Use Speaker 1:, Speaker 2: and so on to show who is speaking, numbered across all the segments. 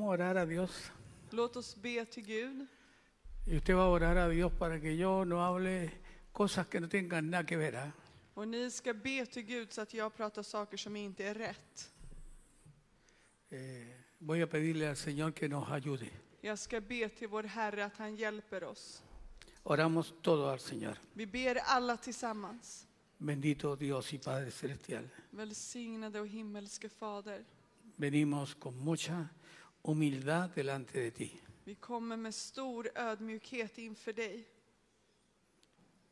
Speaker 1: orar a Dios.
Speaker 2: Låt oss be till Gud.
Speaker 1: Y usted va a orar a Dios para que yo no hable cosas que no tengan nada que ver. ¿ah?
Speaker 2: Och ni ska be till Gud så att jag pratar saker som inte är rätt.
Speaker 1: Eh, voy a pedirle al Señor que nos ayude.
Speaker 2: Jag ska be till vår Herre att han hjälper oss.
Speaker 1: Oramos todo al Señor.
Speaker 2: Vi ber alla tillsammans.
Speaker 1: Bendito Dios y Padre Celestial.
Speaker 2: Välsignade och himmelske Fader,
Speaker 1: Venimos con mucha humildad delante de ti.
Speaker 2: vi kommer med stor ödmjukhet inför dig.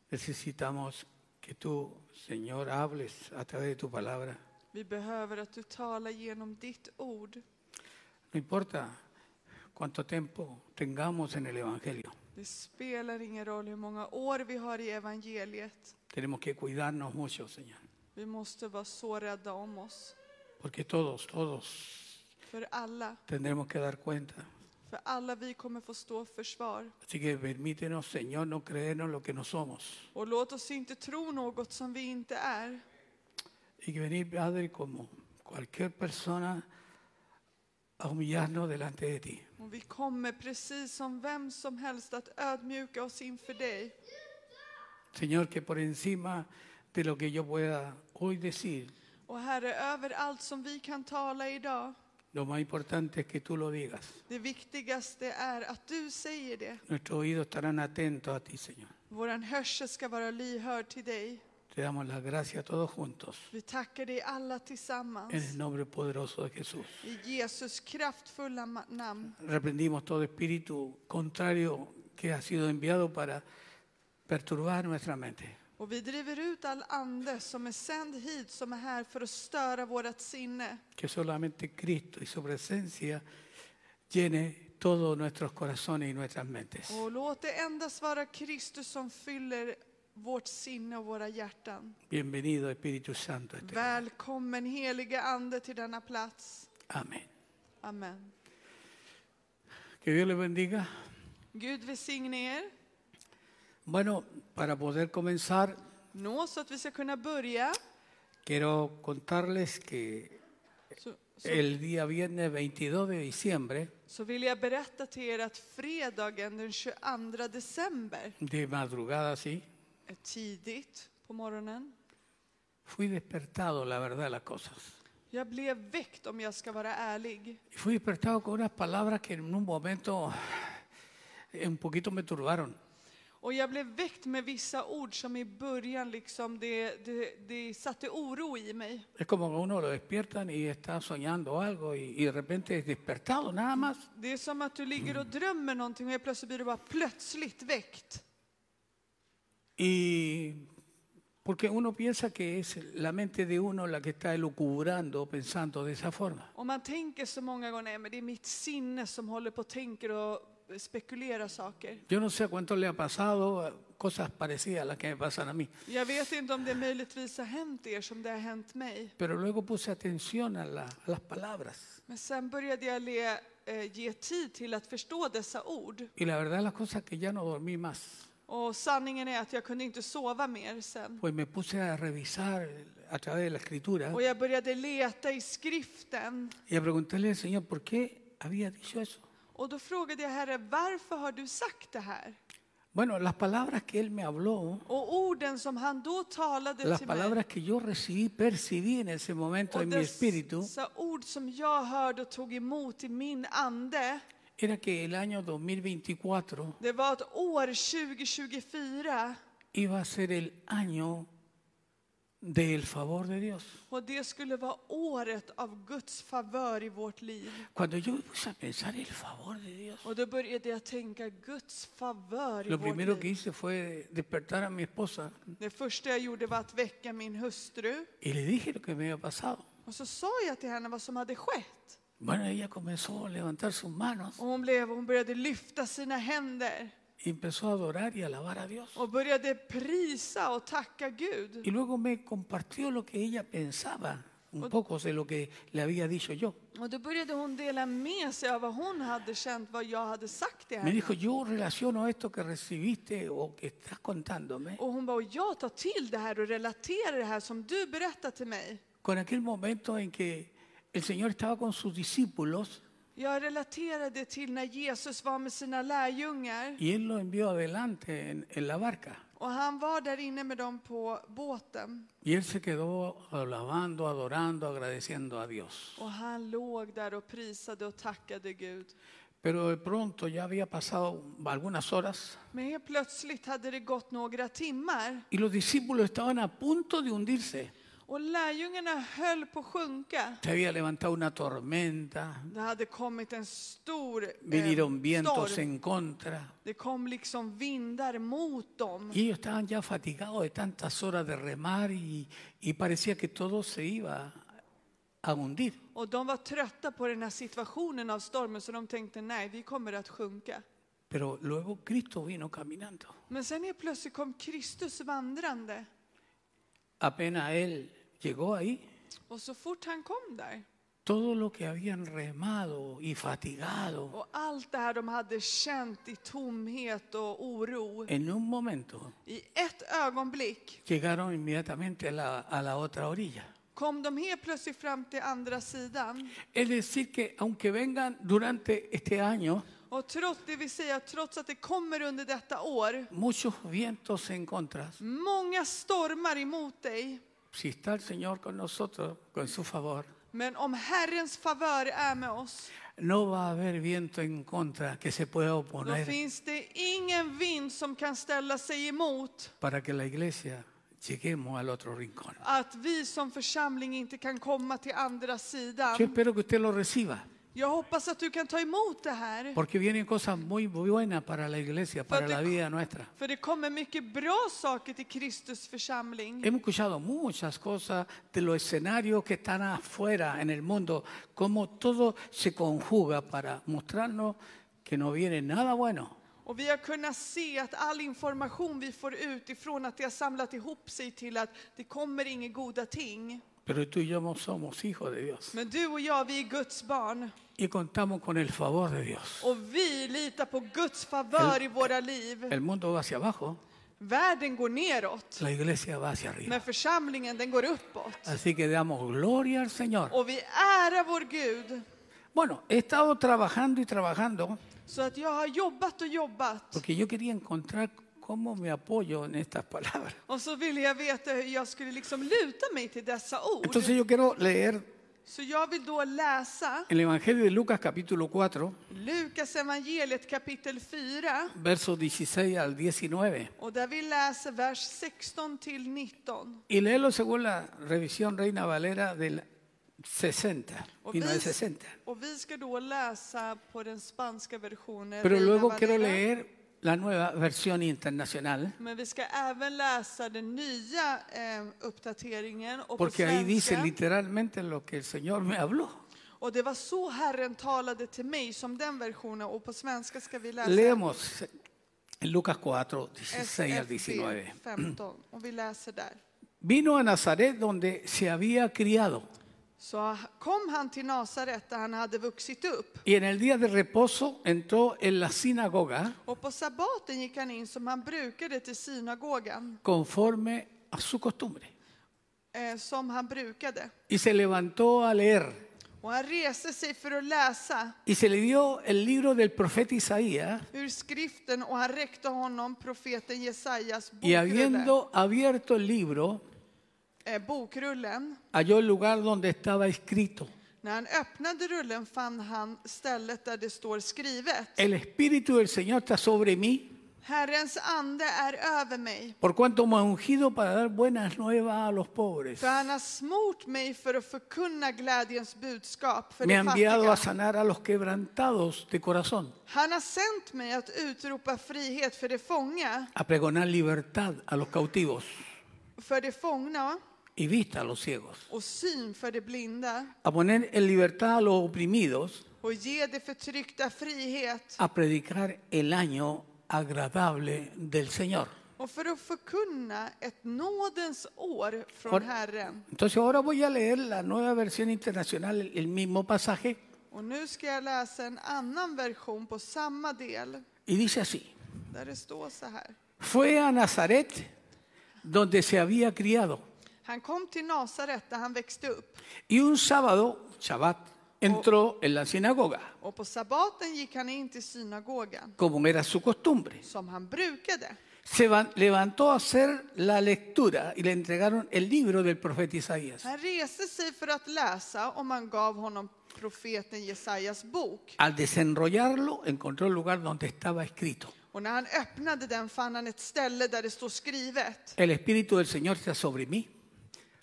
Speaker 1: Necesitamos que tú, Señor, hables a través de tu palabra.
Speaker 2: Vi behöver att du talar genom ditt ord.
Speaker 1: No importa cuánto tiempo tengamos en el Evangelio,
Speaker 2: Det spelar ingen roll hur många år vi har i evangeliet.
Speaker 1: tenemos que cuidarnos mucho, Señor.
Speaker 2: Vi måste vara så rädda om oss.
Speaker 1: Porque todos, todos
Speaker 2: För alla,
Speaker 1: tendremos que dar cuenta.
Speaker 2: för alla vi kommer få stå försvar.
Speaker 1: Así que permítenos, Señor, no creernos lo que no somos.
Speaker 2: Och låt oss inte tro något som vi inte är.
Speaker 1: Y que venir, Padre, como cualquier persona, a humillarnos delante de ti.
Speaker 2: Och vi kommer precis som vem som helst att ödmjuka oss inför dig.
Speaker 1: Señor, que por encima de lo que yo pueda hoy decir,
Speaker 2: Och Herre, över allt som vi kan tala idag,
Speaker 1: lo más importante es que tú lo digas.
Speaker 2: det viktigaste är att du säger det.
Speaker 1: Nuestros oídos estarán atentos a ti, Señor.
Speaker 2: Våran hörsel ska vara lyhörd till dig.
Speaker 1: Te damos las gracias a todos juntos.
Speaker 2: Vi tackar dig alla
Speaker 1: En el
Speaker 2: tillsammans.
Speaker 1: nombre poderoso de Jesús.
Speaker 2: I Jesus kraftfulla ma- namn.
Speaker 1: Reprendimos todo espíritu contrario que ha sido enviado para perturbar nuestra mente.
Speaker 2: Och vi driver ut all ande som är sänd hit, som är här för att störa vårt sinne.
Speaker 1: Que solamente Cristo y su presencia llene todos nuestros corazones y nuestras mentes.
Speaker 2: Och låt det endast vara Kristus som fyller vårt sinne och våra hjärtan.
Speaker 1: Bienvenido Espíritu Santo. a este lugar.
Speaker 2: Välkommen heliga ande till denna plats.
Speaker 1: Amén.
Speaker 2: Amen.
Speaker 1: Que Dios les bendiga.
Speaker 2: Gud välsigne er.
Speaker 1: Bueno, para poder comenzar,
Speaker 2: Nå så att vi ska kunna börja.
Speaker 1: quiero contarles que
Speaker 2: Så, så,
Speaker 1: el día viernes 22 de diciembre,
Speaker 2: så vill jag berätta till er att fredagen den 22 december,
Speaker 1: de madrugada, sí,
Speaker 2: eh, tidigt på morgonen,
Speaker 1: fui despertado, la verdad, las cosas.
Speaker 2: jag blev väckt om jag ska vara ärlig.
Speaker 1: Y Fui despertado con unas palabras que en un momento eh, un poquito me turbaron.
Speaker 2: Och jag blev väckt med vissa ord som i början liksom, det, det, det satte oro i mig.
Speaker 1: Es como que uno lo despiertan y está soñando algo y, y de repente es despertado nada más.
Speaker 2: Det är som att du ligger och drömmer någonting och helt plötsligt blir du bara plötsligt väckt.
Speaker 1: Y porque uno piensa que es la mente de uno la que está elucubrando, pensando de esa forma.
Speaker 2: Om man tänker så många gånger, nej men det är mitt sinne som håller på och tänker och spekulerar saker.
Speaker 1: Yo no sé a cuánto le ha pasado eh, cosas parecidas a las que me pasan a mí,
Speaker 2: Jag vet inte om det möjligtvis har hänt er som det har hänt mig.
Speaker 1: pero luego puse atención a, la- a las palabras.
Speaker 2: Men sen började jag le, eh, ge tid till att förstå dessa ord.
Speaker 1: Y la verdad las cosas que ya no dormí más.
Speaker 2: Och sanningen är att jag kunde inte sova mer sen.
Speaker 1: Pues me puse a revisar a través de la escritura
Speaker 2: Och jag började leta i skriften.
Speaker 1: y a preguntarle al Señor por qué había dicho eso.
Speaker 2: Och då frågade jag Herre, varför har du sagt det här?
Speaker 1: Bueno, las palabras que Él me habló,
Speaker 2: Och orden som han då talade
Speaker 1: las
Speaker 2: till mig
Speaker 1: palabras que yo recibí, percibí en ese momento
Speaker 2: Och
Speaker 1: en mi espíritu,
Speaker 2: dessa ord som jag hörde och tog emot i min ande,
Speaker 1: era que el año 2024
Speaker 2: det var att år 2024,
Speaker 1: iba a ser el año del favor de Dios.
Speaker 2: och det skulle vara året av Guds favör i vårt liv.
Speaker 1: Cuando yo me puse a pensar el favor de Dios,
Speaker 2: Och då började jag tänka Guds favör i
Speaker 1: lo
Speaker 2: vårt
Speaker 1: primero que
Speaker 2: liv.
Speaker 1: hice fue despertar a mi esposa
Speaker 2: Det första jag gjorde var att väcka min hustru,
Speaker 1: y le dije lo que me había pasado.
Speaker 2: och så sa jag till henne vad som hade skett.
Speaker 1: Bueno, ella comenzó a levantar sus manos.
Speaker 2: Och hon, blev, hon började lyfta sina händer
Speaker 1: Y empezó a adorar y alabar a Dios.
Speaker 2: och började prisa och tacka Gud.
Speaker 1: Y luego me compartió lo que ella pensaba, un poco de lo que le había dicho yo.
Speaker 2: Och då började hon dela med sig av vad hon hade känt, vad jag hade sagt till
Speaker 1: Me
Speaker 2: henne.
Speaker 1: dijo, yo relaciono esto que recibiste o que estás contándome
Speaker 2: Och hon bara, och jag tar till det här och relaterar det här som du berättar till mig.
Speaker 1: con aquel momento en que el Señor estaba con sus discípulos
Speaker 2: Jag relaterade till när Jesus var med sina lärjungar
Speaker 1: y Él lo envió adelante en, en la barca.
Speaker 2: och han var där inne med dem på båten.
Speaker 1: Y Él se quedó alabando, adorando, agradeciendo a Dios.
Speaker 2: Och han låg där och prisade och tackade Gud.
Speaker 1: Pero de pronto ya había pasado algunas horas
Speaker 2: Men helt plötsligt hade det gått några timmar
Speaker 1: y los discípulos estaban a punto de hundirse.
Speaker 2: och lärjungarna höll på att sjunka.
Speaker 1: Se había levantado una tormenta,
Speaker 2: Det hade kommit en stor eh,
Speaker 1: vinieron vientos
Speaker 2: storm.
Speaker 1: en contra.
Speaker 2: Det kom liksom vindar mot dem.
Speaker 1: Y ellos estaban ya fatigados de tantas horas de remar y, y parecía que todo se iba a hundir.
Speaker 2: Och de var trötta på den här situationen av stormen så de tänkte nej, vi kommer att sjunka.
Speaker 1: Pero luego Cristo vino caminando.
Speaker 2: Men sen helt plötsligt kom Kristus vandrande
Speaker 1: Apenas Él llegó ahí,
Speaker 2: och så fort han kom där
Speaker 1: todo lo que habían remado y fatigado,
Speaker 2: och allt det här de hade känt i tomhet och oro
Speaker 1: en un momento
Speaker 2: i ett ögonblick
Speaker 1: llegaron inmediatamente a la, a la otra orilla.
Speaker 2: kom de helt plötsligt fram till andra sidan.
Speaker 1: Es decir, que aunque vengan durante este año
Speaker 2: Och trots, det vill säga trots att det kommer under detta år
Speaker 1: muchos vientos en contra,
Speaker 2: många stormar emot dig,
Speaker 1: si está el Señor con nosotros, con su favor,
Speaker 2: men om Herrens favör är med oss,
Speaker 1: no va a haber viento en contra que se pueda
Speaker 2: då
Speaker 1: oponer
Speaker 2: finns det ingen vind som kan ställa sig emot
Speaker 1: para que la iglesia lleguemos al otro rincón.
Speaker 2: att vi som församling inte kan komma till andra
Speaker 1: Yo
Speaker 2: sidan.
Speaker 1: espero que usted lo reciba,
Speaker 2: Jag hoppas att du kan ta emot det här,
Speaker 1: porque vienen cosas muy buenas para la iglesia, para la vida nuestra.
Speaker 2: för det kommer mycket bra saker till Kristus församling.
Speaker 1: Hemos escuchado muchas cosas de los escenarios que están afuera en el mundo, cómo todo se conjuga para mostrarnos que no viene nada bueno.
Speaker 2: Och vi har kunnat se att all information vi får utifrån, att det har samlat ihop sig till att det kommer inga goda ting.
Speaker 1: Pero tú y yo somos hijos de Dios
Speaker 2: Men du och jag, vi är Guds barn.
Speaker 1: y contamos con el favor de Dios.
Speaker 2: Och vi litar på Guds favör i våra liv.
Speaker 1: El mundo va hacia abajo,
Speaker 2: Världen går neråt,
Speaker 1: la iglesia va hacia arriba.
Speaker 2: men församlingen den går uppåt.
Speaker 1: Así que damos gloria al Señor.
Speaker 2: Och vi ärar vår Gud.
Speaker 1: Bueno, he estado trabajando y trabajando
Speaker 2: Så att jag har jobbat och jobbat.
Speaker 1: porque yo quería encontrar cómo me apoyo en estas palabras.
Speaker 2: Och så ville jag veta hur jag skulle liksom luta mig till dessa ord.
Speaker 1: Entonces yo quiero leer
Speaker 2: Så jag vill då läsa
Speaker 1: el Evangelio de Lucas capítulo 4,
Speaker 2: Lukas evangeliet kapitel 4.
Speaker 1: versos 16 al 19.
Speaker 2: Och där vi läser vers 16 till 19.
Speaker 1: Y léelo según la revisión Reina Valera del 60
Speaker 2: Och
Speaker 1: y no del
Speaker 2: vi,
Speaker 1: 60.
Speaker 2: och vi ska då läsa på den spanska versionen.
Speaker 1: Pero
Speaker 2: Reina
Speaker 1: luego quiero
Speaker 2: Valera.
Speaker 1: leer la nueva versión internacional
Speaker 2: Men vi ska även läsa den nya eh, uppdateringen och på
Speaker 1: porque ahí dice
Speaker 2: svenska.
Speaker 1: literalmente lo que el Señor me habló.
Speaker 2: Och det var så Herren talade till mig som den versionen och på svenska ska vi läsa
Speaker 1: Leemos en Lucas 4, 16 al
Speaker 2: SFB
Speaker 1: 19.
Speaker 2: 15 och vi läser där.
Speaker 1: Vino a Nazaret donde se había criado
Speaker 2: Så kom han till Nasaret där han hade vuxit upp
Speaker 1: y en el día de reposo entró en la sinagoga
Speaker 2: och på sabbaten gick han in som han brukade till synagogan
Speaker 1: conforme a su costumbre
Speaker 2: eh, som han brukade.
Speaker 1: y se levantó a leer
Speaker 2: Och han reste sig för att läsa
Speaker 1: y se le dio el libro del profeta Isaías
Speaker 2: ur skriften och han räckte honom profeten Jesajas
Speaker 1: y
Speaker 2: bokrulle.
Speaker 1: habiendo abierto el libro
Speaker 2: eh, bokrullen.
Speaker 1: halló el lugar donde estaba escrito
Speaker 2: När han öppnade rullen fann han stället där det står skrivet.
Speaker 1: el espíritu del Señor está sobre mí
Speaker 2: Herrens ande är över mig,
Speaker 1: por cuanto me ha ungido para dar buenas nuevas a los pobres
Speaker 2: för han har smort mig för att förkunna glädjens budskap för
Speaker 1: me ha
Speaker 2: de
Speaker 1: enviado a
Speaker 2: fattiga.
Speaker 1: sanar a los quebrantados de corazón,
Speaker 2: Han har sänt mig att utropa frihet för de fånga,
Speaker 1: a pregonar libertad a los cautivos
Speaker 2: för de fångna
Speaker 1: y vista a los ciegos,
Speaker 2: och syn för de blinda
Speaker 1: a poner en libertad a los oprimidos,
Speaker 2: och ge de förtryckta frihet
Speaker 1: a predicar el año agradable del Señor.
Speaker 2: och för att förkunna ett nådens år
Speaker 1: Har-
Speaker 2: från Herren.
Speaker 1: Entonces ahora voy a leer la nueva versión internacional, el- el mismo pasaje,
Speaker 2: Och nu ska jag läsa en annan version på samma del.
Speaker 1: y dice así,
Speaker 2: Där det står så här.
Speaker 1: fue a Nazaret donde se había criado,
Speaker 2: Han kom till Nasaret där han växte upp.
Speaker 1: y un sábado, Shabbat, entró en la sinagoga,
Speaker 2: och på sabbaten gick han in till synagogan,
Speaker 1: como era su costumbre.
Speaker 2: som han brukade.
Speaker 1: Se va- levantó a hacer la lectura y le entregaron el libro del profeta Isaías.
Speaker 2: Han reste sig för att läsa och man gav honom profeten Jesajas bok.
Speaker 1: Al desenrollarlo, encontró el lugar donde estaba escrito.
Speaker 2: Och när han öppnade den fann han ett ställe där det står skrivet.
Speaker 1: El Espíritu del Señor está sobre mí,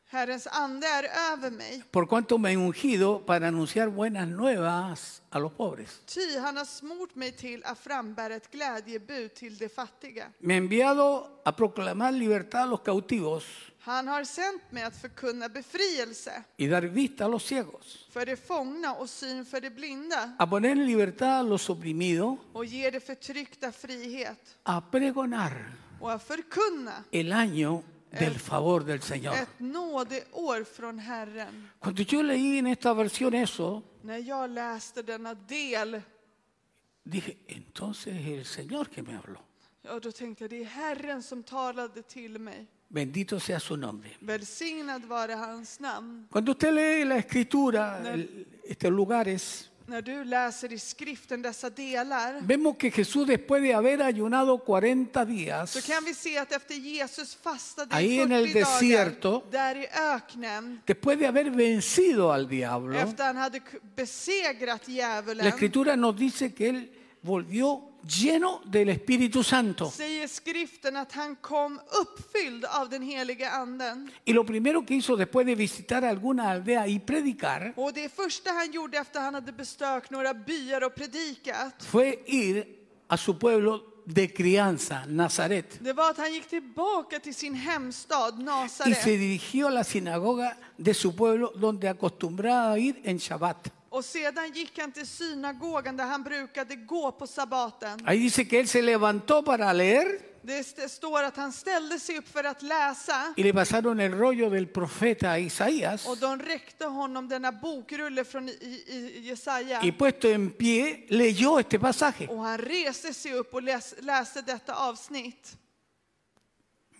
Speaker 2: Herrens ande är över mig,
Speaker 1: por cuanto me he ungido para anunciar buenas nuevas a los pobres.
Speaker 2: ty han har smort mig till att frambära ett glädjebud till de fattiga.
Speaker 1: Me ha enviado a proclamar libertad a los cautivos
Speaker 2: Han har sänt mig att förkunna befrielse
Speaker 1: y dar vista a los ciegos,
Speaker 2: för de fångna och syn för de blinda
Speaker 1: a poner en libertad a los oprimidos,
Speaker 2: och ge de förtryckta frihet
Speaker 1: a pregonar
Speaker 2: och att förkunna
Speaker 1: el año del favor del Señor.
Speaker 2: ett nådeår från Herren.
Speaker 1: Cuando yo leí en esta versión eso,
Speaker 2: När jag läste denna del,
Speaker 1: dije, entonces es el Señor que me habló.
Speaker 2: ja, då tänkte jag det är Herren som talade till mig.
Speaker 1: Bendito sea su nombre.
Speaker 2: Välsignad vare hans namn.
Speaker 1: Cuando usted lee la escritura, el- estos lugares,
Speaker 2: När du läser i skriften dessa delar
Speaker 1: vemos que Jesús después de haber ayunado 40
Speaker 2: så
Speaker 1: días,
Speaker 2: kan vi se att efter Jesus fastade
Speaker 1: Ahí
Speaker 2: i
Speaker 1: en el
Speaker 2: 40
Speaker 1: desierto.
Speaker 2: dagar, där i öknen,
Speaker 1: después de haber vencido al diablo,
Speaker 2: efter han hade k- besegrat
Speaker 1: la
Speaker 2: djävulen,
Speaker 1: escritura nos dice que él volvió lleno del Espíritu Santo.
Speaker 2: säger skriften att han kom uppfylld av den heliga anden.
Speaker 1: Y lo primero que hizo después de visitar alguna aldea y predicar
Speaker 2: Och det första han gjorde efter han hade besökt några byar och predikat,
Speaker 1: fue ir a su pueblo de crianza, Nazaret,
Speaker 2: det var att han gick tillbaka till sin hemstad
Speaker 1: y se
Speaker 2: Nasaret
Speaker 1: dirigió a la sinagoga de su pueblo donde acostumbraba a ir en Shabbat.
Speaker 2: och sedan gick han till synagogan där han brukade gå på sabbaten.
Speaker 1: Ahí dice que él se levantó para leer
Speaker 2: Det st- står att han ställde sig upp för att läsa
Speaker 1: y le pasaron el rollo del profeta a Isaías
Speaker 2: och de räckte honom denna bokrulle från i, i, i Jesaja.
Speaker 1: y puesto en pie leyó este pasaje.
Speaker 2: Och han reste sig upp och läs, läste detta avsnitt.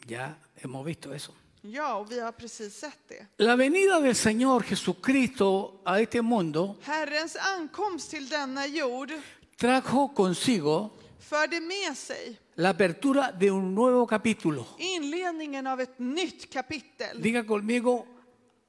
Speaker 1: Ya hemos visto eso.
Speaker 2: Ja, och vi har precis sett det.
Speaker 1: La venida del Señor Jesucristo a este mundo
Speaker 2: Herrens ankomst till denna jord
Speaker 1: trajo consigo
Speaker 2: förde med sig
Speaker 1: la apertura de un nuevo capítulo.
Speaker 2: inledningen av ett nytt kapitel.
Speaker 1: Diga conmigo,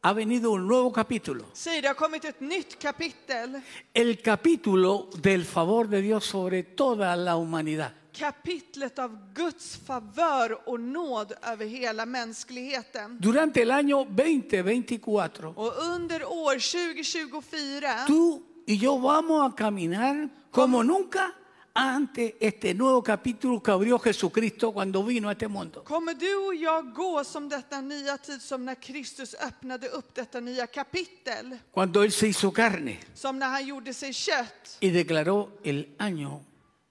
Speaker 1: ha venido un nuevo capítulo.
Speaker 2: Säg, det har kommit ett nytt kapitel.
Speaker 1: El capítulo del favor de Dios sobre toda la humanidad.
Speaker 2: Kapitlet av Guds favör och nåd över hela mänskligheten.
Speaker 1: Durante el año 2024,
Speaker 2: Och under år 2024
Speaker 1: tú y yo vamos a caminar como nunca ante este nuevo capítulo que abrió Jesucristo cuando vino a este mundo.
Speaker 2: kommer du och jag gå som detta nya tid, som när Kristus öppnade upp detta nya kapitel.
Speaker 1: Cuando Él se hizo carne
Speaker 2: Som när han gjorde sig kött,
Speaker 1: y declaró el año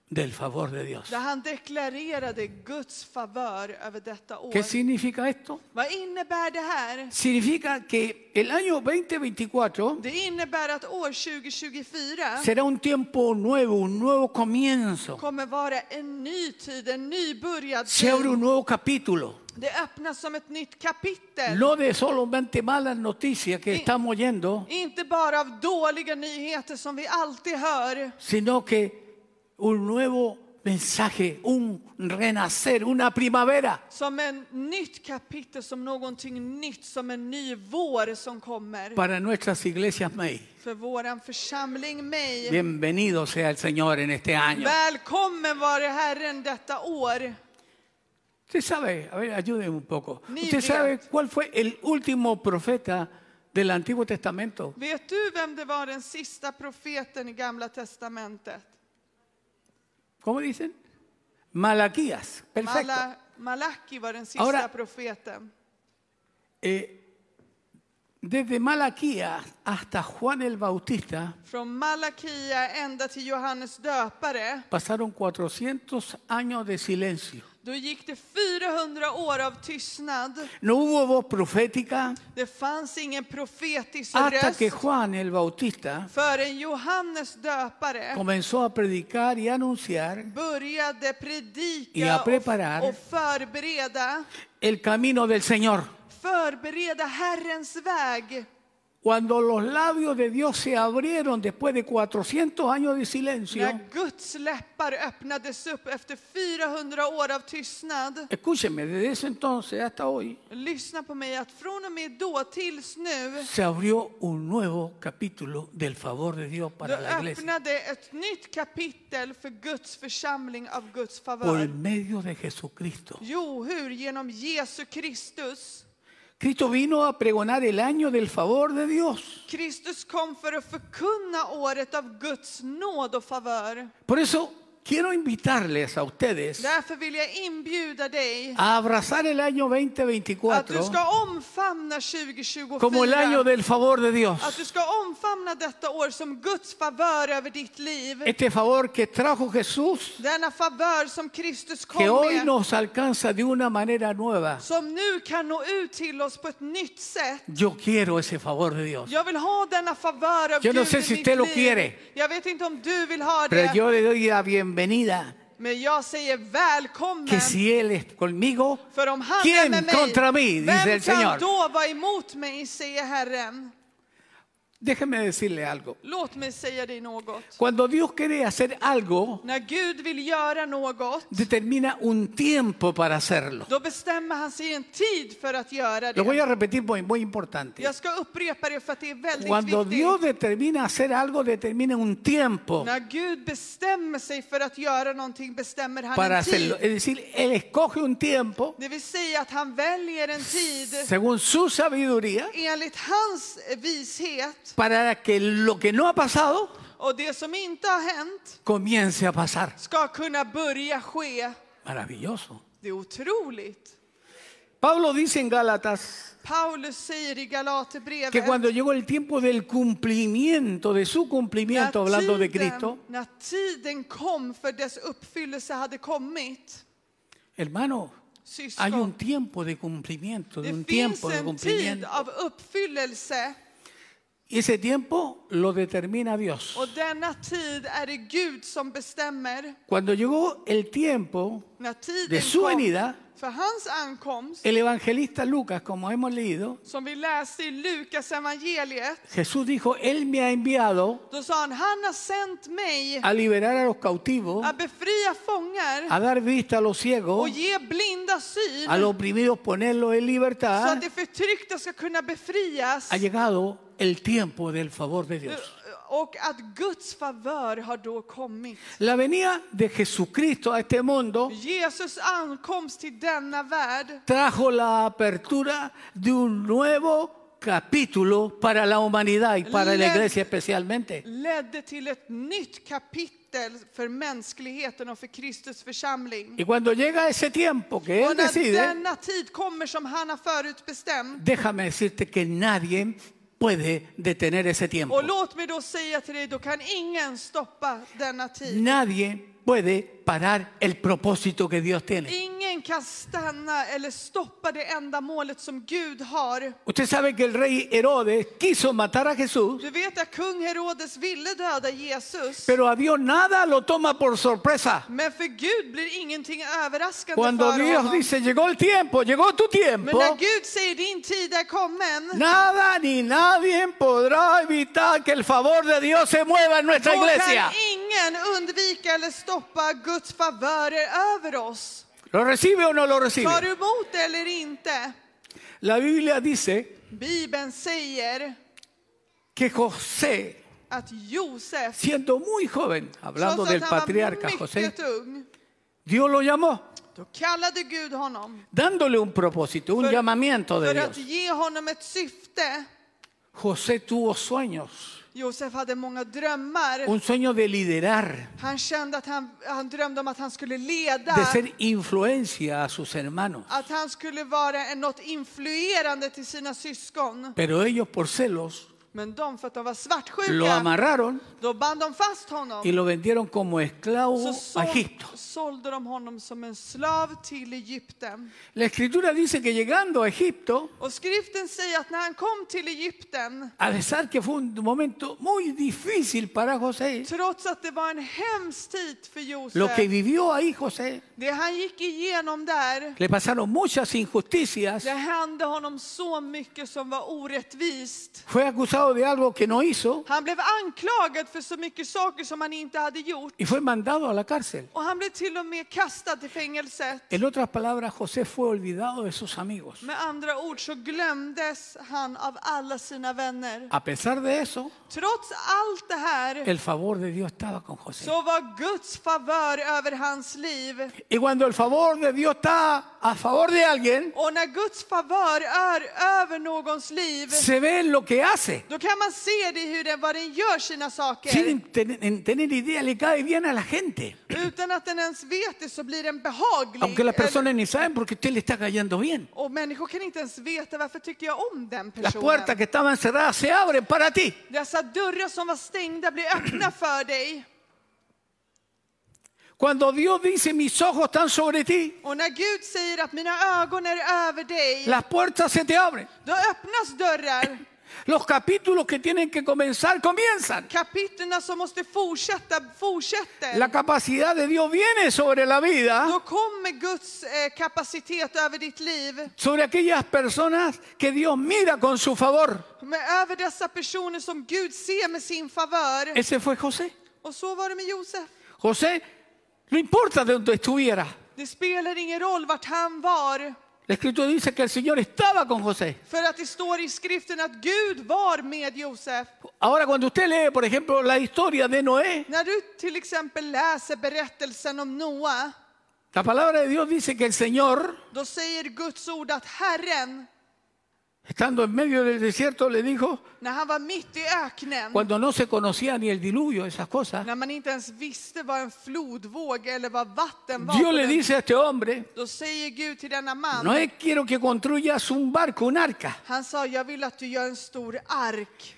Speaker 1: del favor de Dios.
Speaker 2: där han deklarerade Guds favör över detta år.
Speaker 1: ¿Qué significa esto?
Speaker 2: Vad innebär det här?
Speaker 1: Significa que el año 2024
Speaker 2: Det innebär att år 2024
Speaker 1: será un tiempo nuevo, un nuevo comienzo.
Speaker 2: kommer vara en ny tid, en nybörjad
Speaker 1: Se abre
Speaker 2: tid.
Speaker 1: un nuevo capítulo.
Speaker 2: Det öppnas som ett nytt kapitel.
Speaker 1: No de solamente malas noticias que estamos oyendo,
Speaker 2: Inte bara av dåliga nyheter som vi alltid hör,
Speaker 1: sino que un nuevo mensaje, un renacer, una primavera.
Speaker 2: som ett nytt kapitel, som någonting nytt, som en ny vår som kommer.
Speaker 1: Para nuestras iglesias May,
Speaker 2: För våran församling, mig.
Speaker 1: bienvenido sea el Señor en este año.
Speaker 2: Välkommen vare Herren detta år.
Speaker 1: Usted sabe, a ver, ayúdenme un poco.
Speaker 2: Ni
Speaker 1: ¿Usted sabe
Speaker 2: digan.
Speaker 1: cuál fue el último profeta del Antiguo Testamento?
Speaker 2: Vet du vem det var den sista profeten i Gamla Testamentet?
Speaker 1: ¿Cómo dicen? Malaquías. Perfecto.
Speaker 2: Mala, Malaki var den sista
Speaker 1: Ahora-
Speaker 2: profeten.
Speaker 1: Eh, desde Malaquías hasta Juan el Bautista
Speaker 2: Från Malakia ända till Johannes döpare,
Speaker 1: pasaron 400 años de silencio.
Speaker 2: då gick det 400 år av tystnad.
Speaker 1: No hubo voz profética
Speaker 2: Det fanns ingen profetisk
Speaker 1: hasta que
Speaker 2: röst
Speaker 1: Juan el Bautista
Speaker 2: förrän Johannes döpare
Speaker 1: comenzó a predicar y anunciar
Speaker 2: började
Speaker 1: Y a
Speaker 2: predika
Speaker 1: preparar-
Speaker 2: och, och förbereda,
Speaker 1: el camino del Señor.
Speaker 2: förbereda Herrens väg.
Speaker 1: Cuando los labios de Dios se abrieron después de 400 años de silencio,
Speaker 2: När Guds läppar öppnades upp efter 400 år av tystnad.
Speaker 1: escúchenme, desde ese entonces hasta hoy,
Speaker 2: Lyssna på mig att från och med då tills nu
Speaker 1: se abrió un nuevo capítulo del favor de Dios
Speaker 2: då
Speaker 1: para la iglesia
Speaker 2: öppnade ett nytt kapitel för Guds församling av Guds
Speaker 1: por
Speaker 2: favör.
Speaker 1: medio de Jesucristo.
Speaker 2: Jo, hur? Genom Jesu Kristus.
Speaker 1: Cristo vino a pregonar el año del favor de Dios.
Speaker 2: Kristus kom för att förkunna året av Guds nåd och favör.
Speaker 1: Por eso quiero invitarles a ustedes
Speaker 2: Därför vill jag inbjuda dig
Speaker 1: a abrazar el año
Speaker 2: att du
Speaker 1: 2024
Speaker 2: ska omfamna
Speaker 1: como el año
Speaker 2: 2024.
Speaker 1: del favor de
Speaker 2: Att
Speaker 1: Dios.
Speaker 2: du ska omfamna detta år som Guds favör över ditt liv.
Speaker 1: Este favor que trajo Jesús,
Speaker 2: Denna favör som Kristus kom
Speaker 1: que hoy
Speaker 2: med.
Speaker 1: nos alcanza de una manera nueva.
Speaker 2: Som nu kan nå ut till oss på ett nytt sätt.
Speaker 1: Yo quiero ese favor de Dios.
Speaker 2: Jag vill ha denna favör av
Speaker 1: Yo no
Speaker 2: Gud
Speaker 1: sé
Speaker 2: i
Speaker 1: si
Speaker 2: mitt
Speaker 1: usted lo
Speaker 2: liv.
Speaker 1: quiere.
Speaker 2: Jag vet inte om du vill ha
Speaker 1: Pero
Speaker 2: det.
Speaker 1: yo le doy la bienvenida.
Speaker 2: Men jag säger välkommen.
Speaker 1: Que si Él es conmigo,
Speaker 2: För om han är
Speaker 1: ¿Quién
Speaker 2: med mig,
Speaker 1: contra mí?
Speaker 2: vem
Speaker 1: Dice el
Speaker 2: kan
Speaker 1: Señor.
Speaker 2: då vara emot mig, säger Herren.
Speaker 1: déjeme decirle algo.
Speaker 2: Låt mig säga dig något.
Speaker 1: Cuando Dios quiere hacer algo,
Speaker 2: När Gud vill göra något,
Speaker 1: determina un tiempo para hacerlo.
Speaker 2: då bestämmer han sig en tid för att göra
Speaker 1: Lo voy
Speaker 2: det.
Speaker 1: a repetir muy, muy importante.
Speaker 2: Jag ska upprepa det för att det är väldigt
Speaker 1: Cuando
Speaker 2: viktigt.
Speaker 1: Dios determina hacer algo, determina un tiempo
Speaker 2: När Gud bestämmer sig för att göra någonting bestämmer han
Speaker 1: para
Speaker 2: en tid.
Speaker 1: hacerlo. Es decir, Él escoge un tiempo
Speaker 2: Det vill säga att han väljer en tid
Speaker 1: según su sabiduría
Speaker 2: enligt hans vishet
Speaker 1: para que lo que no ha pasado
Speaker 2: och det som inte har hänt
Speaker 1: comience a pasar.
Speaker 2: ska kunna börja ske.
Speaker 1: Maravilloso.
Speaker 2: Det är otroligt.
Speaker 1: Pablo dice en Gálatas
Speaker 2: Paulus säger i
Speaker 1: que
Speaker 2: Galaterbrevet
Speaker 1: cuando llegó el tiempo del cumplimiento, de su cumplimiento, hablando de Cristo,
Speaker 2: när tiden kom för dess uppfyllelse hade kommit,
Speaker 1: hermano, hay un
Speaker 2: syskon,
Speaker 1: tiempo de cumplimiento, de un
Speaker 2: det finns
Speaker 1: tiempo de
Speaker 2: en tid
Speaker 1: cumplimiento.
Speaker 2: av uppfyllelse
Speaker 1: Y ese tiempo lo determina Dios.
Speaker 2: och denna tid är det Gud som bestämmer.
Speaker 1: Cuando llegó el tiempo
Speaker 2: När
Speaker 1: de
Speaker 2: tiden
Speaker 1: su
Speaker 2: kom
Speaker 1: venida,
Speaker 2: för hans ankomst,
Speaker 1: el evangelista Lucas, como hemos leído,
Speaker 2: som vi läste i Lukas evangeliet
Speaker 1: Jesús dijo, Él me ha enviado
Speaker 2: Då sa han, han har sänt mig
Speaker 1: a liberar a los cautivos,
Speaker 2: att befria fångar
Speaker 1: a dar vista a los
Speaker 2: och
Speaker 1: ciegos,
Speaker 2: ge blinda syn
Speaker 1: a los oprimidos ponerlos en
Speaker 2: så
Speaker 1: libertad.
Speaker 2: att de förtryckta ska kunna befrias
Speaker 1: Ha llegado el tiempo del favor de
Speaker 2: Eh.
Speaker 1: Dios.
Speaker 2: och att Guds favör har då kommit.
Speaker 1: La venida de Jesucristo a este mundo
Speaker 2: Jesus ankomst till denna värld
Speaker 1: trajo la apertura de un nuevo capítulo para la humanidad y para la
Speaker 2: Le-
Speaker 1: iglesia especialmente.
Speaker 2: ledde till ett nytt kapitel för mänskligheten och för Kristus församling.
Speaker 1: Y cuando llega ese tiempo que
Speaker 2: Och
Speaker 1: Él
Speaker 2: när
Speaker 1: decide,
Speaker 2: denna tid kommer som han har förutbestämt
Speaker 1: déjame decirte que nadie puede detener ese tiempo.
Speaker 2: och låt mig då säga till dig, då kan ingen stoppa denna tid.
Speaker 1: Nadie puede parar el propósito que Dios tiene.
Speaker 2: Ingen kan stanna eller stoppa det enda målet som Gud har.
Speaker 1: Usted sabe que el rey Herodes quiso matar a Jesús,
Speaker 2: Du vet att kung Herodes ville döda Jesus.
Speaker 1: pero a Dios nada lo toma por sorpresa.
Speaker 2: Men för Gud blir ingenting överraskande
Speaker 1: Cuando
Speaker 2: för
Speaker 1: Dios
Speaker 2: honom.
Speaker 1: dice, llegó el tiempo, llegó tu
Speaker 2: Men
Speaker 1: tiempo,
Speaker 2: när Gud säger din tid är kommen,
Speaker 1: nada ni nadie podrá evitar que el favor de Dios se mueva en nuestra
Speaker 2: då
Speaker 1: iglesia.
Speaker 2: kan ingen undvika eller stoppa Guds favörer över oss.
Speaker 1: ¿Lo recibe o no lo
Speaker 2: Tar du
Speaker 1: recibe?
Speaker 2: emot det eller inte?
Speaker 1: La Biblia dice
Speaker 2: Bibeln säger
Speaker 1: que José,
Speaker 2: att Josef,
Speaker 1: siendo muy joven, hablando
Speaker 2: trots
Speaker 1: del
Speaker 2: att han
Speaker 1: patriarca
Speaker 2: var
Speaker 1: José,
Speaker 2: mycket ung,
Speaker 1: Dios lo llamó,
Speaker 2: då kallade Gud honom.
Speaker 1: dándole un propósito, un
Speaker 2: För-
Speaker 1: llamamiento de
Speaker 2: För att
Speaker 1: Dios.
Speaker 2: ge honom ett syfte.
Speaker 1: José tuvo sueños,
Speaker 2: Josef hade många drömmar.
Speaker 1: un sueño de liderar,
Speaker 2: Han kände att han, han drömde om att han skulle
Speaker 1: de
Speaker 2: leda.
Speaker 1: ser influencia a sus hermanos.
Speaker 2: Att han skulle vara en- något influerande till sina syskon.
Speaker 1: Pero ellos por celos
Speaker 2: Men de, för att de var svartsjuka,
Speaker 1: Lo amarraron
Speaker 2: då band de fast honom.
Speaker 1: y lo vendieron como esclavo
Speaker 2: så
Speaker 1: a
Speaker 2: såld-
Speaker 1: Egipto.
Speaker 2: sålde de honom som en slav till Egypten.
Speaker 1: La escritura dice que llegando a Egipto,
Speaker 2: Och skriften säger att när han kom till Egypten,
Speaker 1: a pesar que fue un momento muy difícil para José,
Speaker 2: trots att det var en hemsk tid för
Speaker 1: lo que
Speaker 2: Josef,
Speaker 1: vivió ahí José,
Speaker 2: det han gick igenom där,
Speaker 1: le pasaron muchas injusticias,
Speaker 2: det hände honom så mycket som var orättvist.
Speaker 1: fue acusado de algo que no hizo
Speaker 2: Han blev anklagad för så mycket saker som han inte hade gjort.
Speaker 1: y fue mandado a la cárcel.
Speaker 2: Och han blev till och med kastad i fängelset.
Speaker 1: En otras palabras, José fue olvidado de sus amigos.
Speaker 2: Med andra ord så glömdes han av alla sina vänner.
Speaker 1: A pesar de eso,
Speaker 2: Trots allt det här
Speaker 1: el favor de Dios estaba con José.
Speaker 2: så var Guds favör över hans liv.
Speaker 1: Y cuando el favor de Dios está a favor de alguien,
Speaker 2: Och när Guds favör är över någons liv,
Speaker 1: se ve en lo que hace.
Speaker 2: då kan man se det hur den, vad den gör sina saker.
Speaker 1: Sin ten- en tener idea, le cae bien a la gente.
Speaker 2: Utan att den ens vet det så blir den
Speaker 1: Aunque las
Speaker 2: behaglig. Eller-
Speaker 1: personas ni saben por qué a usted le está cayendo bien.
Speaker 2: Och människor kan inte ens veta varför tycker jag om den
Speaker 1: Las puertas
Speaker 2: personen.
Speaker 1: que estaban cerradas se abren para ti.
Speaker 2: Dessa dörrar som var stängda blir öppna för dig.
Speaker 1: Cuando Dios dice mis ojos están sobre ti,
Speaker 2: Och när Gud säger att mina ögon är över dig,
Speaker 1: las puertas se te abren.
Speaker 2: då öppnas dörrar.
Speaker 1: Los capítulos que tienen que comenzar comienzan.
Speaker 2: Kapitlerna som måste fortsätta,
Speaker 1: La
Speaker 2: fortsätter.
Speaker 1: capacidad de Dios viene sobre la vida,
Speaker 2: Då kommer Guds eh, kapacitet över ditt liv.
Speaker 1: sobre aquellas personas que Dios mira con su favor.
Speaker 2: Men över dessa personer som Gud ser med sin favör.
Speaker 1: Ese fue José.
Speaker 2: Och så var det med Josef.
Speaker 1: José, no importa de dónde estuviera.
Speaker 2: Det spelar ingen roll vart han var.
Speaker 1: La escritura dice que el Señor estaba con José.
Speaker 2: För att det står i skriften att Gud var med Josef.
Speaker 1: Ahora cuando usted lee, por ejemplo, la historia de Noé,
Speaker 2: När du till exempel läser berättelsen om Noa,
Speaker 1: la palabra de Dios dice que el Señor,
Speaker 2: då säger Guds ord att Herren,
Speaker 1: estando en medio del desierto, le dijo,
Speaker 2: när han var mitt i öknen,
Speaker 1: cuando no se conocía ni el diluvio, esas cosas,
Speaker 2: när man inte ens visste vad en flodvåg eller vad vatten var, på
Speaker 1: Dios le
Speaker 2: den-
Speaker 1: dice a este hombre,
Speaker 2: då säger Gud till denna man,
Speaker 1: Noé, quiero que construyas un barco, un arca.
Speaker 2: han sa, jag vill att du gör en stor ark.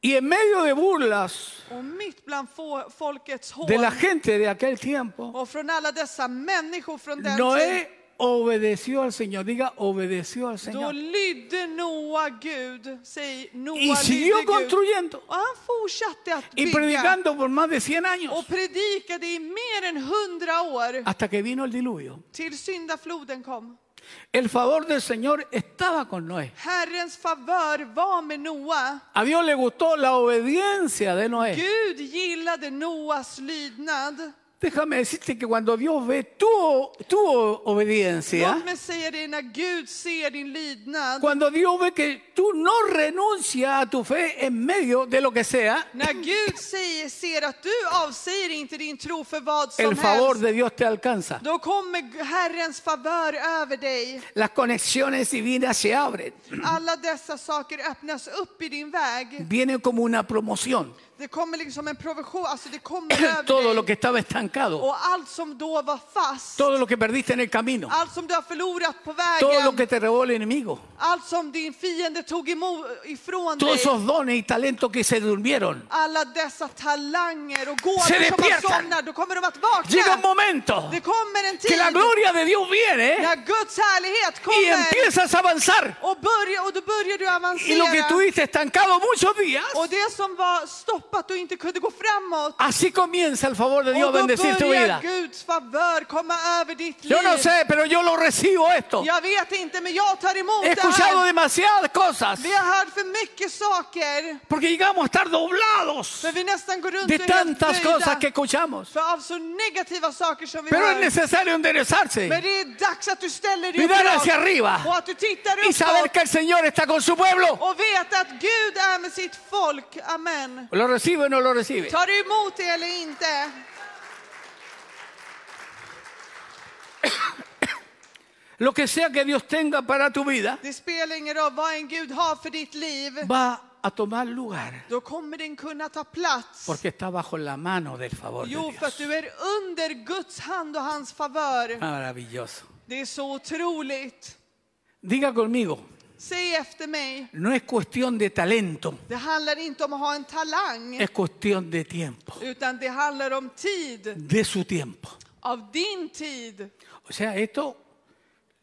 Speaker 1: Y en medio de burlas
Speaker 2: Och mitt bland få, folkets hån
Speaker 1: de la gente de aquel tiempo,
Speaker 2: och från alla dessa människor från den tiden,
Speaker 1: Noé obedeció al Señor, diga, obedeció al
Speaker 2: då
Speaker 1: Señor.
Speaker 2: lydde Noa Gud. Säg,
Speaker 1: Y
Speaker 2: Noa
Speaker 1: siguió
Speaker 2: lydde Gud.
Speaker 1: construyendo
Speaker 2: Och han fortsatte att
Speaker 1: y
Speaker 2: bygga
Speaker 1: predicando por más de 100 años
Speaker 2: och predikade i mer än hundra år
Speaker 1: hasta que vino el diluvio.
Speaker 2: till syndafloden kom.
Speaker 1: El favor del Señor estaba con Noé.
Speaker 2: Herrens favör var med Noa.
Speaker 1: A Dios le gustó la obediencia de Noé.
Speaker 2: Gud gillade Noas lydnad.
Speaker 1: Déjame decirte que cuando Dios ve tu, tu obediencia,
Speaker 2: Låt mig säga det, när Gud ser din lydnad,
Speaker 1: cuando Dios ve que tú no renuncias a tu fe en medio de lo que sea,
Speaker 2: när Gud säger, ser att du avsäger inte din tro för vad som
Speaker 1: el favor
Speaker 2: helst,
Speaker 1: de Dios te alcanza.
Speaker 2: då kommer Herrens favör över dig.
Speaker 1: Las conexiones divinas se abren.
Speaker 2: Alla dessa saker öppnas upp i din väg.
Speaker 1: Viene como una promoción.
Speaker 2: Det kommer liksom en provision, alltså det kommer
Speaker 1: Todo
Speaker 2: över
Speaker 1: lo
Speaker 2: dig.
Speaker 1: que estaba estancado,
Speaker 2: Och allt som då var fast,
Speaker 1: todo lo que perdiste en el camino,
Speaker 2: allt som du har förlorat på
Speaker 1: todo lo
Speaker 2: vägen,
Speaker 1: que te robó el enemigo,
Speaker 2: allt som din fiende tog emot ifrån
Speaker 1: todos
Speaker 2: dig,
Speaker 1: esos dones y talentos que se durmieron.
Speaker 2: alla dessa talanger och
Speaker 1: Se
Speaker 2: gåvor som har
Speaker 1: despierta.
Speaker 2: somnat, då kommer de att
Speaker 1: Llega un
Speaker 2: vakna.
Speaker 1: momento
Speaker 2: Det kommer en
Speaker 1: que
Speaker 2: tid
Speaker 1: la gloria de Dios viene
Speaker 2: när Guds härlighet
Speaker 1: y
Speaker 2: kommer
Speaker 1: empiezas a avanzar.
Speaker 2: och, börja, och då börjar du
Speaker 1: Y lo que
Speaker 2: avancera.
Speaker 1: tuviste estancado muchos días,
Speaker 2: Och det som var stoppat och inte kunde gå framåt,
Speaker 1: así comienza el favor de Dios
Speaker 2: och
Speaker 1: a
Speaker 2: då
Speaker 1: bendecir tu vida.
Speaker 2: börjar Guds favör komma över ditt liv.
Speaker 1: Yo no sé, pero yo lo recibo esto.
Speaker 2: Jag vet inte, men jag tar emot
Speaker 1: He
Speaker 2: det här.
Speaker 1: escuchado demasiadas cosas
Speaker 2: Vi har hört för mycket saker,
Speaker 1: porque llegamos a estar doblados
Speaker 2: för vi nästan går runt
Speaker 1: de
Speaker 2: och är helt
Speaker 1: tantas cosas
Speaker 2: nöjda
Speaker 1: que escuchamos.
Speaker 2: för av så negativa saker som vi
Speaker 1: Pero es
Speaker 2: hör.
Speaker 1: necesario
Speaker 2: Men
Speaker 1: enderezarse
Speaker 2: det är dags att du ställer dig
Speaker 1: Mirar
Speaker 2: upp
Speaker 1: hacia arriba.
Speaker 2: och att du tittar
Speaker 1: y saber
Speaker 2: uppåt
Speaker 1: que el Señor está con su pueblo.
Speaker 2: och vet att Gud är med sitt folk. Amen.
Speaker 1: ¿Lo recibe o no lo recibe?
Speaker 2: Tar du emot det eller inte?
Speaker 1: Lo que sea que Dios tenga para tu vida
Speaker 2: Det spelar ingen roll vad en Gud har för ditt liv.
Speaker 1: va a tomar lugar
Speaker 2: Då kommer den kunna ta plats.
Speaker 1: porque está bajo la mano del favor de
Speaker 2: Jo, för att
Speaker 1: Dios.
Speaker 2: du är under Guds hand och hans favör.
Speaker 1: Maravilloso.
Speaker 2: Det är så otroligt.
Speaker 1: Diga conmigo,
Speaker 2: Säg efter mig.
Speaker 1: No es cuestión de talento,
Speaker 2: Det handlar inte om att ha en talang,
Speaker 1: es cuestión de tiempo,
Speaker 2: utan det handlar om tid.
Speaker 1: de su tiempo.
Speaker 2: Av din tid.
Speaker 1: O sea, esto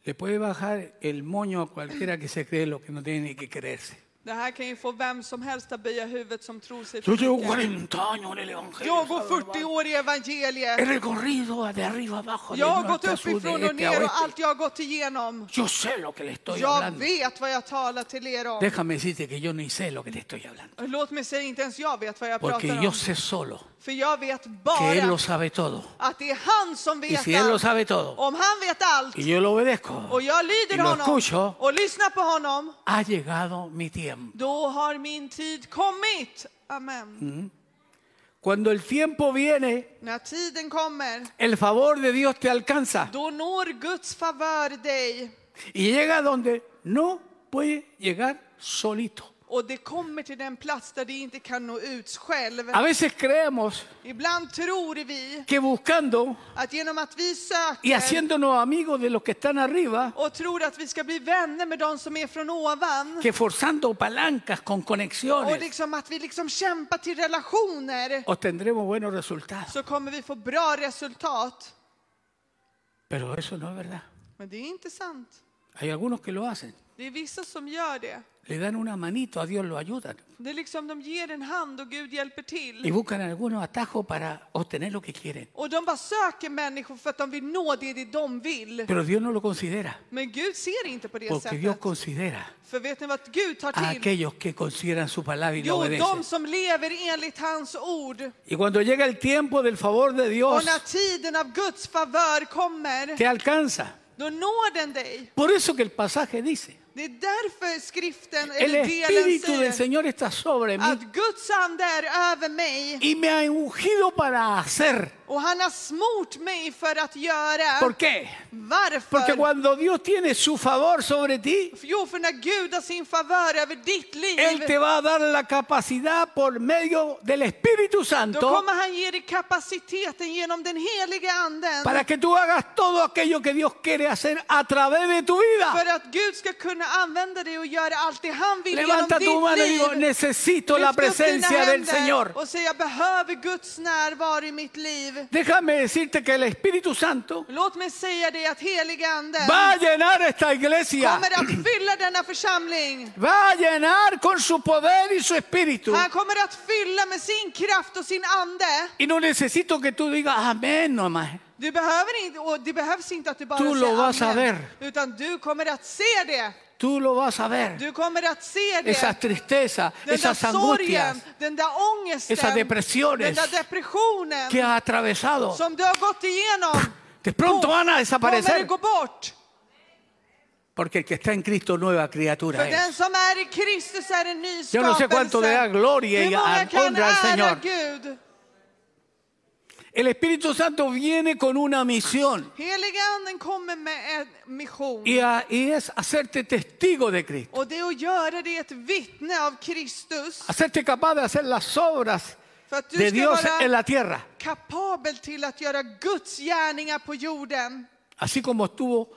Speaker 1: le puede bajar el moño a cualquiera que se cree lo que no tiene ni que creerse.
Speaker 2: Det här kan ju få vem som helst att böja huvudet som tror sig
Speaker 1: Yo llevo
Speaker 2: förtryckt.
Speaker 1: 40 años en el Evangelio.
Speaker 2: Jag går 40 år i evangeliet.
Speaker 1: He recorrido de arriba abajo, de
Speaker 2: Jag har gått
Speaker 1: norte a sur, de
Speaker 2: uppifrån och
Speaker 1: este a
Speaker 2: ner och
Speaker 1: oeste.
Speaker 2: allt jag har gått igenom.
Speaker 1: Yo sé lo que le estoy
Speaker 2: Jag
Speaker 1: hablando.
Speaker 2: vet vad jag talar till er om.
Speaker 1: Déjame decirte que yo ni sé lo que te estoy hablando.
Speaker 2: Låt mig säga, inte ens jag vet vad jag
Speaker 1: Porque
Speaker 2: pratar
Speaker 1: yo
Speaker 2: om.
Speaker 1: sé solo
Speaker 2: För jag vet
Speaker 1: que Él lo
Speaker 2: bara
Speaker 1: sabe todo.
Speaker 2: att det är han som
Speaker 1: Y
Speaker 2: vet
Speaker 1: si Él lo
Speaker 2: allt.
Speaker 1: sabe todo
Speaker 2: Om han vet allt
Speaker 1: y yo lo obedezco,
Speaker 2: och jag
Speaker 1: Y
Speaker 2: lyder
Speaker 1: lo
Speaker 2: honom
Speaker 1: escucho.
Speaker 2: och lyssnar på honom,
Speaker 1: ha llegado mi tiempo.
Speaker 2: då har min tid kommit. Amen.
Speaker 1: Cuando el tiempo viene,
Speaker 2: När tiden kommer,
Speaker 1: el favor de Dios te alcanza
Speaker 2: då når Guds favör dig.
Speaker 1: y llega donde no puede llegar solito.
Speaker 2: Och det kommer till den plats där det inte kan nå ut själv.
Speaker 1: A veces creemos
Speaker 2: Ibland tror vi
Speaker 1: que buscando
Speaker 2: att genom att vi
Speaker 1: y
Speaker 2: söker
Speaker 1: haciéndonos amigos de los que están arriba,
Speaker 2: och tror att vi ska bli vänner med de som är från ovan
Speaker 1: que forzando palancas con
Speaker 2: och
Speaker 1: conexiones
Speaker 2: liksom att vi liksom kämpar till relationer
Speaker 1: obtendremos buenos resultados.
Speaker 2: så kommer vi få bra resultat.
Speaker 1: Pero eso no es verdad.
Speaker 2: Men det är inte sant.
Speaker 1: Hay algunos que lo hacen.
Speaker 2: Det är vissa som gör det.
Speaker 1: Le dan una manito a Dios, lo ayudan.
Speaker 2: Det är liksom de ger en hand och Gud hjälper
Speaker 1: Y
Speaker 2: till.
Speaker 1: buscan algunos atajos para obtener lo que quieren.
Speaker 2: Och de bara söker människor för att de vill nå det, det de vill.
Speaker 1: Pero Dios no lo considera.
Speaker 2: Men Gud ser inte på det
Speaker 1: Porque Dios
Speaker 2: sättet.
Speaker 1: considera
Speaker 2: För vet ni vad Gud tar
Speaker 1: a
Speaker 2: till?
Speaker 1: aquellos que consideran su palabra y la
Speaker 2: Jo, de
Speaker 1: obedecen.
Speaker 2: som lever enligt hans ord.
Speaker 1: Y cuando llega el tiempo del favor de Dios,
Speaker 2: Och när tiden av Guds favör kommer,
Speaker 1: te alcanza.
Speaker 2: då når den dig.
Speaker 1: Por eso que el pasaje dice,
Speaker 2: Det är därför skriften,
Speaker 1: el
Speaker 2: eller delen
Speaker 1: Espíritu del
Speaker 2: säger,
Speaker 1: Señor está sobre mí
Speaker 2: att Guds ande är över mig
Speaker 1: y me ha ungido para hacer.
Speaker 2: och han har smort mig för att göra.
Speaker 1: ¿Por qué? Porque
Speaker 2: Varför?
Speaker 1: cuando Dios tiene su favor sobre ti,
Speaker 2: Jo, för när Gud har sin favör över ditt
Speaker 1: Él te
Speaker 2: liv,
Speaker 1: va a dar la capacidad por medio del Espíritu
Speaker 2: då
Speaker 1: Santo
Speaker 2: kommer han ge dig kapaciteten genom den heliga anden
Speaker 1: para que tú hagas todo aquello que Dios quiere hacer a través de tu
Speaker 2: för
Speaker 1: vida.
Speaker 2: att Gud ska kunna använda dig och göra allt det han vill genom
Speaker 1: Levanta tu mano y digo,
Speaker 2: ditt liv.
Speaker 1: necesito la
Speaker 2: Lyft upp dina
Speaker 1: presencia del
Speaker 2: händer
Speaker 1: Señor.
Speaker 2: Och säg, jag behöver Guds närvaro i mitt liv.
Speaker 1: Déjame decirte que el Espíritu Santo
Speaker 2: Låt mig säga dig att heliga anden
Speaker 1: va a llenar esta iglesia.
Speaker 2: kommer att fylla denna församling.
Speaker 1: Va a llenar con su poder y su espíritu.
Speaker 2: Han kommer att fylla med sin kraft och sin ande.
Speaker 1: Y no necesito que tú digas amén nomás.
Speaker 2: Du behöver inte, och det behövs inte att du bara
Speaker 1: Du
Speaker 2: säger
Speaker 1: lo vas a
Speaker 2: amen,
Speaker 1: ver.
Speaker 2: utan du kommer att se det.
Speaker 1: Tú lo vas a ver.
Speaker 2: Du kommer att se det.
Speaker 1: Esas tristezas,
Speaker 2: den där
Speaker 1: esas angustias.
Speaker 2: sorgen, den där ångesten,
Speaker 1: esas depresiones
Speaker 2: den där depressionen
Speaker 1: que has atravesado
Speaker 2: som du har gått igenom
Speaker 1: de pronto van a
Speaker 2: kommer det
Speaker 1: desaparecer
Speaker 2: gå bort.
Speaker 1: porque el que está en Cristo nueva criatura
Speaker 2: För den
Speaker 1: es.
Speaker 2: som är i Kristus är en ny
Speaker 1: Yo no sé
Speaker 2: skapelse.
Speaker 1: cuánto le da gloria y
Speaker 2: Hur många
Speaker 1: a-
Speaker 2: kan
Speaker 1: honra al
Speaker 2: ära
Speaker 1: Señor.
Speaker 2: Gud?
Speaker 1: El Espíritu Santo viene con una misión
Speaker 2: Heliga anden kommer med en mission.
Speaker 1: y, a- y es hacerte testigo de Cristo,
Speaker 2: Och det att göra det är ett vittne av Kristus.
Speaker 1: hacerte capaz de hacer las obras
Speaker 2: För att du
Speaker 1: de
Speaker 2: ska
Speaker 1: Dios
Speaker 2: vara
Speaker 1: en la tierra,
Speaker 2: kapabel till att göra Guds gärningar på jorden.
Speaker 1: así como estuvo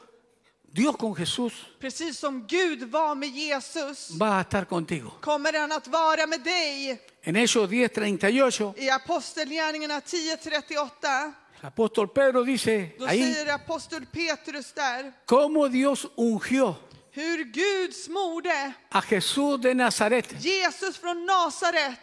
Speaker 1: Dios con Jesús,
Speaker 2: Precis som Gud var med Jesus
Speaker 1: va a estar contigo.
Speaker 2: kommer han att vara med dig.
Speaker 1: En Hechos 10:38,
Speaker 2: I Apostelgärningarna 10.38,
Speaker 1: el apóstol Pedro dice
Speaker 2: då
Speaker 1: ahí
Speaker 2: säger apostel Petrus där,
Speaker 1: cómo Dios ungió
Speaker 2: hur Gud smorde
Speaker 1: a Jesús de Nazaret.
Speaker 2: Jesus från Nasaret.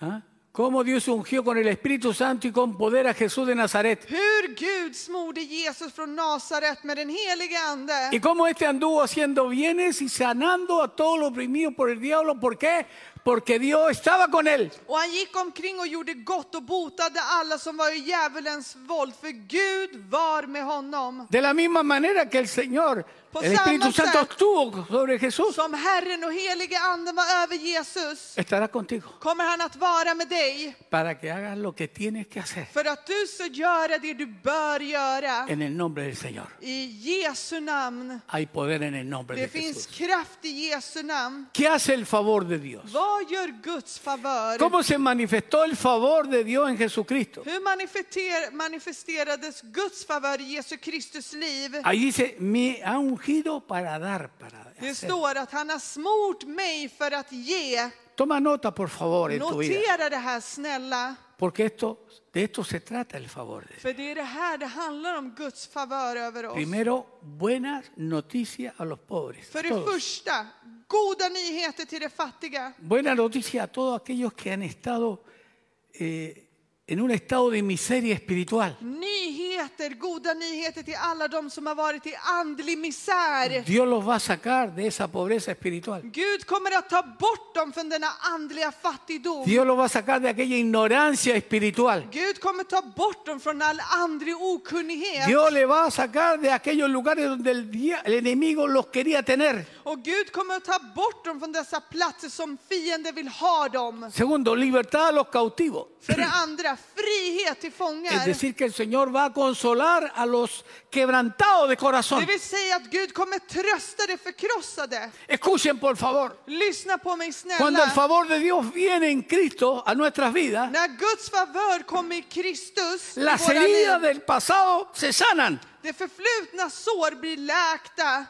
Speaker 1: ¿Ah? Cómo Dios ungió con el Espíritu Santo y con poder a Jesús de Nazaret.
Speaker 2: Hur Gud smorde Jesus från Nasaret med den helige
Speaker 1: Y
Speaker 2: Ande.
Speaker 1: cómo este anduvo haciendo bienes y sanando a todos los oprimidos por el diablo. ¿Por qué? Porque Dios estaba con él.
Speaker 2: Och han gick omkring och gjorde gott och botade alla som var i djävulens våld, för Gud var med honom.
Speaker 1: De la misma manera que el Señor,
Speaker 2: Pues
Speaker 1: el Espíritu
Speaker 2: amamos a-
Speaker 1: Santo estuvo sobre Jesús.
Speaker 2: Som Herren och helige Anden var över Jesus
Speaker 1: Estará contigo
Speaker 2: kommer han att vara med dig
Speaker 1: para que hagas lo que tienes que hacer
Speaker 2: för att du ska göra det du bör göra.
Speaker 1: en el nombre del Señor.
Speaker 2: I Jesu namn.
Speaker 1: Hay poder en el nombre
Speaker 2: Det
Speaker 1: de
Speaker 2: finns
Speaker 1: Jesús.
Speaker 2: kraft i Jesu namn.
Speaker 1: ¿Qué hace el favor de Dios?
Speaker 2: Vad Vad gör Guds favör?
Speaker 1: ¿Cómo se manifestó el favor de Dios en Jesucristo?
Speaker 2: Hur manifester- manifesterades Guds favör i Jesu Kristus liv?
Speaker 1: Ahí dice, me ha ungido para dar, para
Speaker 2: Det
Speaker 1: hacer.
Speaker 2: står att han har smort mig för att ge.
Speaker 1: Toma nota, por favor, en tu vida.
Speaker 2: Notera det här snälla.
Speaker 1: Porque esto, de esto se trata el favor de Dios.
Speaker 2: För det är det här det handlar om, Guds favör över oss.
Speaker 1: Primero, buenas noticias a los pobres. a
Speaker 2: För det
Speaker 1: todos.
Speaker 2: första, goda nyheter till de fattiga.
Speaker 1: Buena noticia a todos aquellos que han estado eh, en un estado de miseria espiritual.
Speaker 2: Nyheter, goda nyheter till alla de som har varit i andlig misär.
Speaker 1: Dios los va a sacar de esa pobreza espiritual.
Speaker 2: Gud kommer att ta bort dem från denna andliga fattigdom.
Speaker 1: Dios los va a sacar de aquella ignorancia espiritual.
Speaker 2: Gud kommer ta bort dem från all andlig okunnighet.
Speaker 1: Dios le va a sacar de aquellos lugares donde el, dia- el enemigo los quería tener.
Speaker 2: Och Gud kommer att ta bort dem från dessa platser som fienden vill ha dem.
Speaker 1: Segundo, libertad a los cautivos.
Speaker 2: För det andra, frihet till
Speaker 1: Es
Speaker 2: fångar.
Speaker 1: decir, que el Señor va a consolar a los quebrantados de
Speaker 2: Det
Speaker 1: corazón.
Speaker 2: vill säga att Gud kommer trösta de förkrossade.
Speaker 1: Escuchen, por favor.
Speaker 2: Lyssna på mig
Speaker 1: Cuando el
Speaker 2: snälla.
Speaker 1: favor de Dios viene en Cristo a nuestras vidas,
Speaker 2: När Guds favör kommer i Kristus, i
Speaker 1: las
Speaker 2: våra liv,
Speaker 1: heridas del pasado se sanan.
Speaker 2: det förflutna sår blir läkta.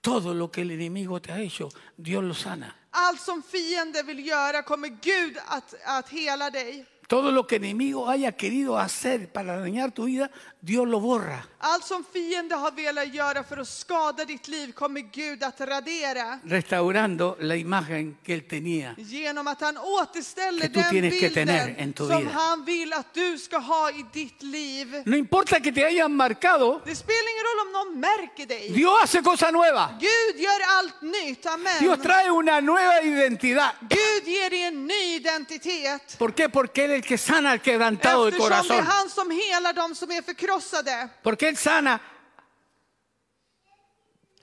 Speaker 1: Todo lo que el enemigo te ha hecho, Dios lo sana.
Speaker 2: Allt som fienden vill göra kommer Gud att, att hela dig.
Speaker 1: Todo lo que el enemigo haya querido hacer para dañar tu vida, Dios lo borra.
Speaker 2: Allt som fienden har velat göra för att skada ditt liv kommer Gud att radera.
Speaker 1: Restaurando la imagen que él tenía.
Speaker 2: Genom att han återställer
Speaker 1: Que tú
Speaker 2: den
Speaker 1: tienes que tener en
Speaker 2: bilden
Speaker 1: tu
Speaker 2: som
Speaker 1: vida.
Speaker 2: han vill att du ska ha i ditt liv.
Speaker 1: No importa que te hayan marcado,
Speaker 2: Det spelar ingen roll om någon märker dig.
Speaker 1: Dios hace cosa nueva.
Speaker 2: Gud gör allt nytt, amen.
Speaker 1: Dios trae una nueva identidad.
Speaker 2: Gud ger dig en ny identitet.
Speaker 1: ¿Por qué? Porque Él es el que sana al quebrantado del
Speaker 2: Eftersom det är
Speaker 1: corazón.
Speaker 2: han som helar dem som är förkrossade.
Speaker 1: Porque Él sana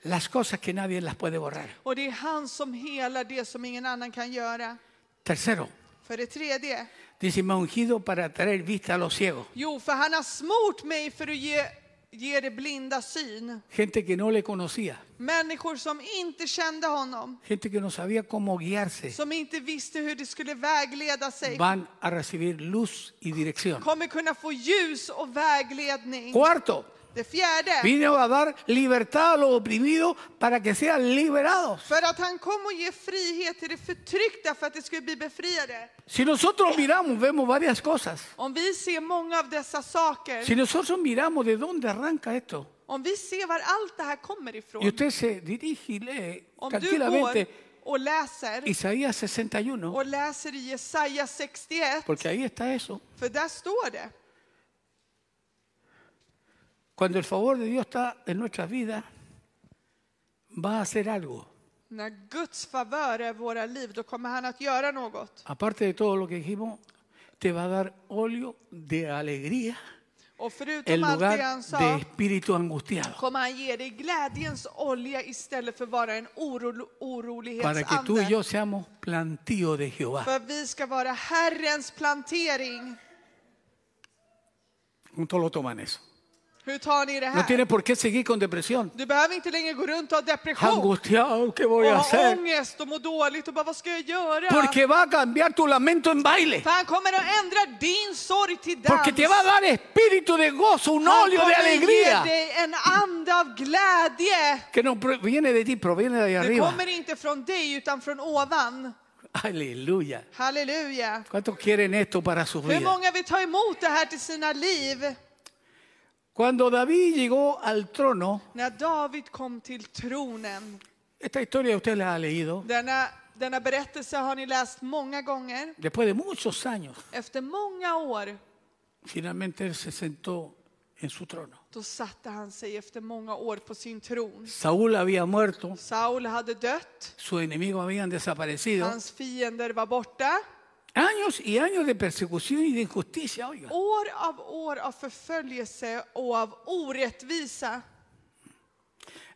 Speaker 1: las cosas que nadie las puede borrar.
Speaker 2: Och det är han som helar det som ingen annan kan göra.
Speaker 1: Tercero,
Speaker 2: För det tredje,
Speaker 1: dice, me ha ungido para traer vista a los ciegos.
Speaker 2: jo, för han har smort mig för att ge, ge det blinda syn.
Speaker 1: Gente que no le conocía,
Speaker 2: Människor som inte kände honom.
Speaker 1: gente que no sabía cómo guiarse,
Speaker 2: som inte visste hur de skulle vägleda sig
Speaker 1: van a recibir luz y dirección.
Speaker 2: kommer kunna få ljus och vägledning.
Speaker 1: Cuarto,
Speaker 2: Det fjärde,
Speaker 1: vino a dar libertad a los oprimidos para que sean liberados.
Speaker 2: för att han kom och ge frihet till de förtryckta för att de skulle bli befriade.
Speaker 1: Si nosotros miramos, vemos varias cosas.
Speaker 2: Om vi ser många av dessa saker,
Speaker 1: Si nosotros miramos de dónde arranca esto,
Speaker 2: om vi ser var allt det här kommer
Speaker 1: y
Speaker 2: ifrån,
Speaker 1: usted se dirige y lee
Speaker 2: om du går
Speaker 1: tranquilamente
Speaker 2: och läser
Speaker 1: Isaías 61,
Speaker 2: och läser i Jesaja 61,
Speaker 1: porque ahí está eso.
Speaker 2: för där står det,
Speaker 1: Cuando el favor de Dios está en nuestras vidas, va a hacer algo,
Speaker 2: när Guds favör är våra liv, då kommer han att göra något.
Speaker 1: aparte de todo lo que dijimos, te va a dar óleo de alegría
Speaker 2: Och
Speaker 1: en
Speaker 2: förutom allt det
Speaker 1: lugar
Speaker 2: han
Speaker 1: de
Speaker 2: sa,
Speaker 1: espíritu angustiado,
Speaker 2: kommer han ge dig glädjens olja istället för bara en oro,
Speaker 1: para que tú y
Speaker 2: orolighetsande.
Speaker 1: yo seamos plantío de Jehová.
Speaker 2: För vi ska vara Herrens plantering.
Speaker 1: Juntos lo toman eso.
Speaker 2: Hur tar ni det
Speaker 1: No
Speaker 2: här?
Speaker 1: tienes por qué seguir con depresión.
Speaker 2: Du behöver inte längre gå runt och ha depression
Speaker 1: Angustiado, ¿qué
Speaker 2: och
Speaker 1: voy a
Speaker 2: ha
Speaker 1: hacer?
Speaker 2: ångest och må dåligt och bara vad ska jag göra?
Speaker 1: Porque va a cambiar tu lamento en baile.
Speaker 2: För han kommer att ändra din sorg till dans.
Speaker 1: Porque te va a dar espíritu de gozo, un
Speaker 2: han
Speaker 1: óleo de
Speaker 2: kommer
Speaker 1: alegría.
Speaker 2: ge dig en ande av glädje.
Speaker 1: Que no proviene de ti, proviene de ahí
Speaker 2: Det
Speaker 1: arriba.
Speaker 2: kommer inte från dig utan från ovan.
Speaker 1: Aleluya.
Speaker 2: Halleluja.
Speaker 1: ¿Cuántos quieren esto para sus
Speaker 2: Hur
Speaker 1: vidas?
Speaker 2: många vill ta emot det här till sina liv?
Speaker 1: Cuando David llegó al trono,
Speaker 2: När David kom till tronen.
Speaker 1: esta historia usted la ha leído,
Speaker 2: Denna, denna berättelse har ni läst många gånger.
Speaker 1: después de muchos años,
Speaker 2: Efter många år,
Speaker 1: finalmente él se sentó en su trono.
Speaker 2: då satte han sig efter många år på sin tron.
Speaker 1: Saúl había muerto,
Speaker 2: Saul hade dött,
Speaker 1: sus enemigos habían desaparecido.
Speaker 2: hans fiender var borta.
Speaker 1: Años y años de persecución y de injusticia, oiga.
Speaker 2: År av år av förföljelse och av orättvisa.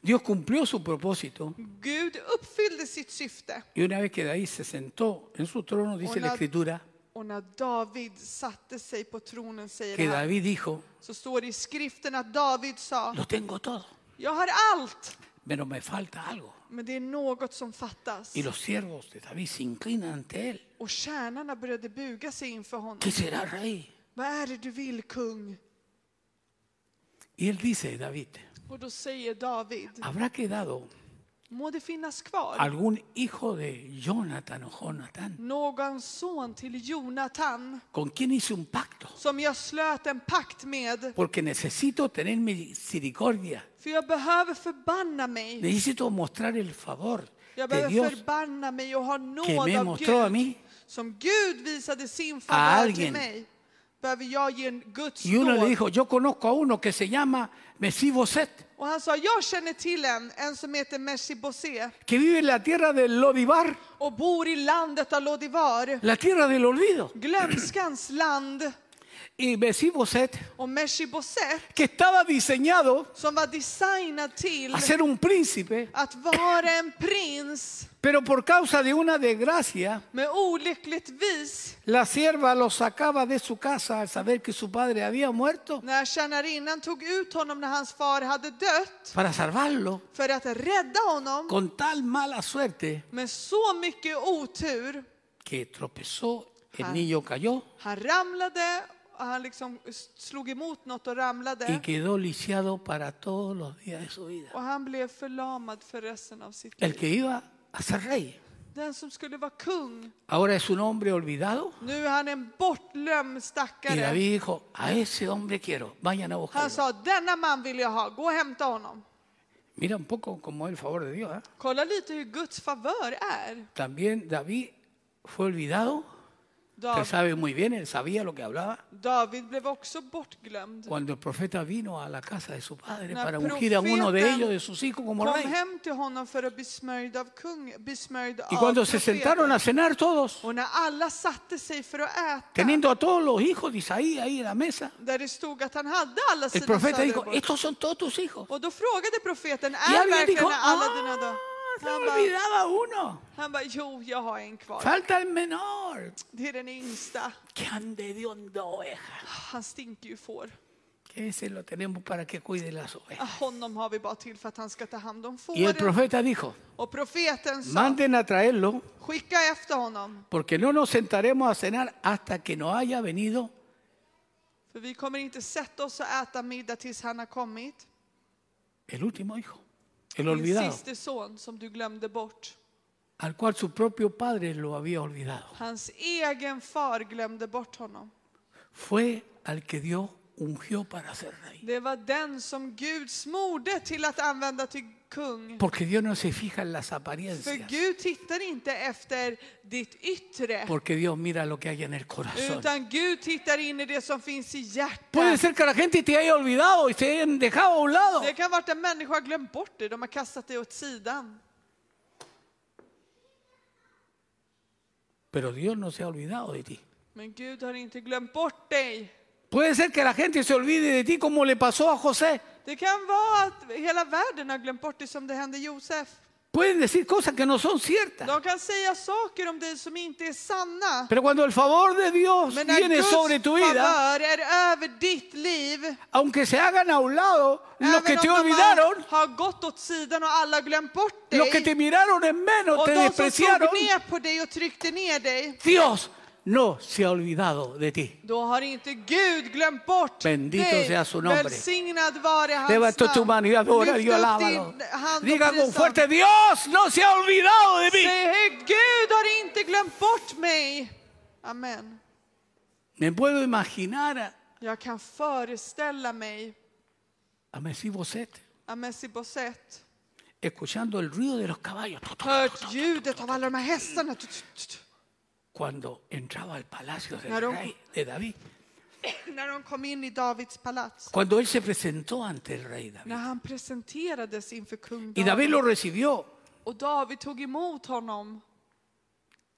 Speaker 1: Dios cumplió su propósito
Speaker 2: Gud uppfyllde sitt syfte.
Speaker 1: y una vez que David se sentó en su trono, dice la
Speaker 2: Una-
Speaker 1: escritura,
Speaker 2: Och när David satte sig på tronen, säger
Speaker 1: que
Speaker 2: han,
Speaker 1: David dijo,
Speaker 2: så står det i skriften att David sa,
Speaker 1: lo tengo todo.
Speaker 2: jag har allt.
Speaker 1: pero me falta algo.
Speaker 2: Men det är något som fattas.
Speaker 1: Y los siervos de David se inclinan ante él.
Speaker 2: Och tjänarna började buga sig inför honom.
Speaker 1: ¿Qué será rey?
Speaker 2: Vad är det du vill kung?
Speaker 1: Y él dice, David,
Speaker 2: Och då säger David,
Speaker 1: ¿habrá quedado
Speaker 2: må det finnas kvar
Speaker 1: algún hijo de Jonathan o Jonathan
Speaker 2: någon son till Jonathan
Speaker 1: con quien hice un pacto?
Speaker 2: som jag slöt en pakt med.
Speaker 1: Porque necesito tener misericordia.
Speaker 2: För jag behöver förbanna mig.
Speaker 1: Necesito mostrar el favor
Speaker 2: Jag
Speaker 1: de
Speaker 2: behöver
Speaker 1: Dios
Speaker 2: förbanna mig och ha
Speaker 1: que
Speaker 2: nåd
Speaker 1: me
Speaker 2: av
Speaker 1: mostró a
Speaker 2: Gud.
Speaker 1: mí.
Speaker 2: Som Gud visade sin
Speaker 1: A
Speaker 2: favör
Speaker 1: alguien.
Speaker 2: till mig behöver jag ge en Guds
Speaker 1: Y uno le
Speaker 2: nåd.
Speaker 1: dijo, yo conozco a uno que se llama Mesí Boset,
Speaker 2: Och han sa, jag känner till en, en som heter Meshibosé
Speaker 1: que vive en la tierra del Lodivar,
Speaker 2: och bor i landet av Lodivar,
Speaker 1: la tierra del olvido.
Speaker 2: glömskans land.
Speaker 1: Y Mesí Boset,
Speaker 2: Och Meshibosé,
Speaker 1: que estaba diseñado
Speaker 2: som var designad till
Speaker 1: a ser un príncipe,
Speaker 2: att vara en prins,
Speaker 1: pero por causa de una desgracia,
Speaker 2: men olyckligtvis,
Speaker 1: la sierva lo sacaba de su casa al saber que su padre había muerto
Speaker 2: när tjänarinnan tog ut honom när hans far hade dött,
Speaker 1: para salvarlo
Speaker 2: för att rädda honom
Speaker 1: con tal mala suerte
Speaker 2: med så mycket otur,
Speaker 1: que tropezó, el
Speaker 2: Ah.
Speaker 1: niño cayó
Speaker 2: han ramlade, och han liksom slog emot något och
Speaker 1: y
Speaker 2: ramlade.
Speaker 1: quedó lisiado para todos los días de su vida.
Speaker 2: Och han blev förlamad för resten av sitt
Speaker 1: El
Speaker 2: liv.
Speaker 1: que iba a ser rey.
Speaker 2: Den som skulle vara kung.
Speaker 1: Ahora es un hombre olvidado.
Speaker 2: Nu är han en bortglömd
Speaker 1: Y
Speaker 2: stackare.
Speaker 1: David dijo, a ese hombre quiero, vayan a
Speaker 2: Han
Speaker 1: buscarlo.
Speaker 2: sa, denna man vill jag ha, gå och hämta honom.
Speaker 1: Mira un poco cómo es el favor de Dios. ¿eh?
Speaker 2: Kolla lite hur Guds favör är.
Speaker 1: También David fue olvidado. Usted
Speaker 2: Dav-
Speaker 1: sabe muy bien, él sabía lo que hablaba.
Speaker 2: David blev också bortglömd.
Speaker 1: Cuando el profeta vino a la casa de su padre
Speaker 2: La
Speaker 1: para ungir a uno de
Speaker 2: profeta
Speaker 1: ellos, de sus hijos, como
Speaker 2: Kom
Speaker 1: rey.
Speaker 2: hem till honom för att bli smörjd av kung, besmörjd
Speaker 1: Y
Speaker 2: av
Speaker 1: cuando se
Speaker 2: profeten.
Speaker 1: sentaron a cenar todos,
Speaker 2: Och när alla satte sig för att äta,
Speaker 1: teniendo a todos los hijos de Isaí ahí en la mesa,
Speaker 2: där det stod att han hade alla
Speaker 1: el
Speaker 2: sina
Speaker 1: profeta dijo,
Speaker 2: söner.
Speaker 1: estos son todos tus hijos.
Speaker 2: Och då frågade profeten,
Speaker 1: Y
Speaker 2: är
Speaker 1: alguien dijo,
Speaker 2: verkligen alla dina
Speaker 1: ah,
Speaker 2: död?
Speaker 1: se me
Speaker 2: Han bara,
Speaker 1: olvidaba uno.
Speaker 2: Han bara, jo, jag har en kvar.
Speaker 1: Falta el menor.
Speaker 2: Det är den yngsta.
Speaker 1: Que ande de onda oveja.
Speaker 2: Han stinker ju får.
Speaker 1: que ese lo tenemos para que cuide las
Speaker 2: Ah,
Speaker 1: ovejas.
Speaker 2: Honom har vi bara till för att han ska ta hand om
Speaker 1: Y el
Speaker 2: fåren.
Speaker 1: profeta dijo,
Speaker 2: Och profeten sa,
Speaker 1: manden a traerlo,
Speaker 2: skicka efter honom,
Speaker 1: porque no nos sentaremos a cenar hasta que no haya venido
Speaker 2: för vi kommer inte sätta oss och äta middag tills han har kommit.
Speaker 1: el último hijo, el
Speaker 2: Din
Speaker 1: olvidado,
Speaker 2: siste son som du glömde bort.
Speaker 1: al cual su propio padre lo había olvidado.
Speaker 2: Hans egen far glömde bort honom.
Speaker 1: Fue al que Dios ungió para ser rey.
Speaker 2: Det var den som Gud smorde till att använda till kung.
Speaker 1: Porque Dios no se fija en las
Speaker 2: För
Speaker 1: apariencias,
Speaker 2: Gud tittar inte efter ditt yttre.
Speaker 1: porque Dios mira lo que hay en el corazón.
Speaker 2: Utan Gud tittar in i det som finns i
Speaker 1: Puede
Speaker 2: hjärtat.
Speaker 1: ser que la gente te haya olvidado y te hayan dejado a un lado,
Speaker 2: Det kan vara att en människa har glömt bort det, de har kastat det åt sidan.
Speaker 1: pero Dios no se ha olvidado de ti.
Speaker 2: Men Gud har inte glömt bort dig.
Speaker 1: Puede ser que la gente se olvide de ti como le pasó a José.
Speaker 2: Det kan vara att hela världen har glömt bort dig som det hände Josef.
Speaker 1: Pueden decir cosas que no son ciertas.
Speaker 2: De kan säga saker om dig som inte är sanna.
Speaker 1: Pero cuando el favor de Dios
Speaker 2: Men när
Speaker 1: viene
Speaker 2: Guds
Speaker 1: sobre tu vida,
Speaker 2: favör är över ditt liv,
Speaker 1: aunque se hagan a un lado los que
Speaker 2: även
Speaker 1: te
Speaker 2: om de har,
Speaker 1: olvidaron,
Speaker 2: har gått åt sidan och alla har glömt bort
Speaker 1: los que
Speaker 2: dig,
Speaker 1: te miraron en menos,
Speaker 2: och
Speaker 1: te
Speaker 2: de som såg
Speaker 1: despreciaron,
Speaker 2: ner på dig och tryckte ner dig,
Speaker 1: Dios no se ha olvidado de ti.
Speaker 2: Då har inte Gud glömt bort
Speaker 1: Bendito
Speaker 2: dig.
Speaker 1: sea su nombre.
Speaker 2: Välsignad vare hans
Speaker 1: Levanta tu mano y adora a
Speaker 2: Lyft
Speaker 1: Dios,
Speaker 2: upp
Speaker 1: alábalo.
Speaker 2: din hand och
Speaker 1: Diga con
Speaker 2: prisa
Speaker 1: fuerte, Dios no se ha olvidado de mí.
Speaker 2: Säg högt, Gud har inte glömt bort mig. Amen.
Speaker 1: Me puedo imaginar a,
Speaker 2: Jag kan föreställa mig
Speaker 1: a Messi Bosset
Speaker 2: Amessi Bosset.
Speaker 1: escuchando el ruido de los caballos tu, tu, tu, tu,
Speaker 2: Hört ljudet av alla de här hästarna. Tut, tut, tut.
Speaker 1: cuando entraba al palacio del
Speaker 2: Claro.
Speaker 1: rey de David.
Speaker 2: När de kom in i Davids palats.
Speaker 1: Cuando él se presentó ante el rey David.
Speaker 2: När han presenterades inför kung
Speaker 1: Y David
Speaker 2: David.
Speaker 1: lo recibió.
Speaker 2: Och David tog emot honom.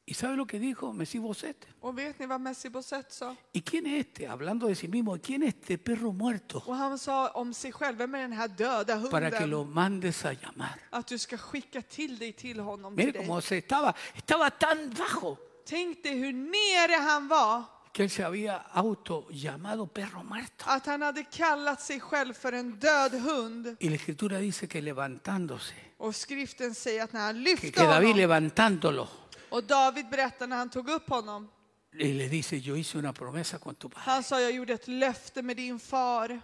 Speaker 1: ¿Y sabe lo que dijo Messi Boset?
Speaker 2: Och vet ni vad Messi Bosset sa?
Speaker 1: ¿Y quién es este? Hablando de sí mismo, ¿quién es este perro muerto?
Speaker 2: Och han sa om sig själv, vem är den här döda hunden?
Speaker 1: Para que lo mandes a llamar.
Speaker 2: att du ska skicka till dig till honom. Till
Speaker 1: Mire
Speaker 2: dig.
Speaker 1: cómo se estaba, estaba tan bajo
Speaker 2: Tänk dig hur nere han var
Speaker 1: que él se había auto llamado perro muerto.
Speaker 2: Att han hade kallat sig själv för en död hund.
Speaker 1: Y la escritura dice que levantándose,
Speaker 2: Och skriften säger att när han
Speaker 1: que,
Speaker 2: lyfte
Speaker 1: que David
Speaker 2: honom,
Speaker 1: levantándolo
Speaker 2: och David berättar när han tog upp honom,
Speaker 1: y le dice, yo hice una promesa con tu padre,
Speaker 2: han sa jag gjorde ett löfte med din far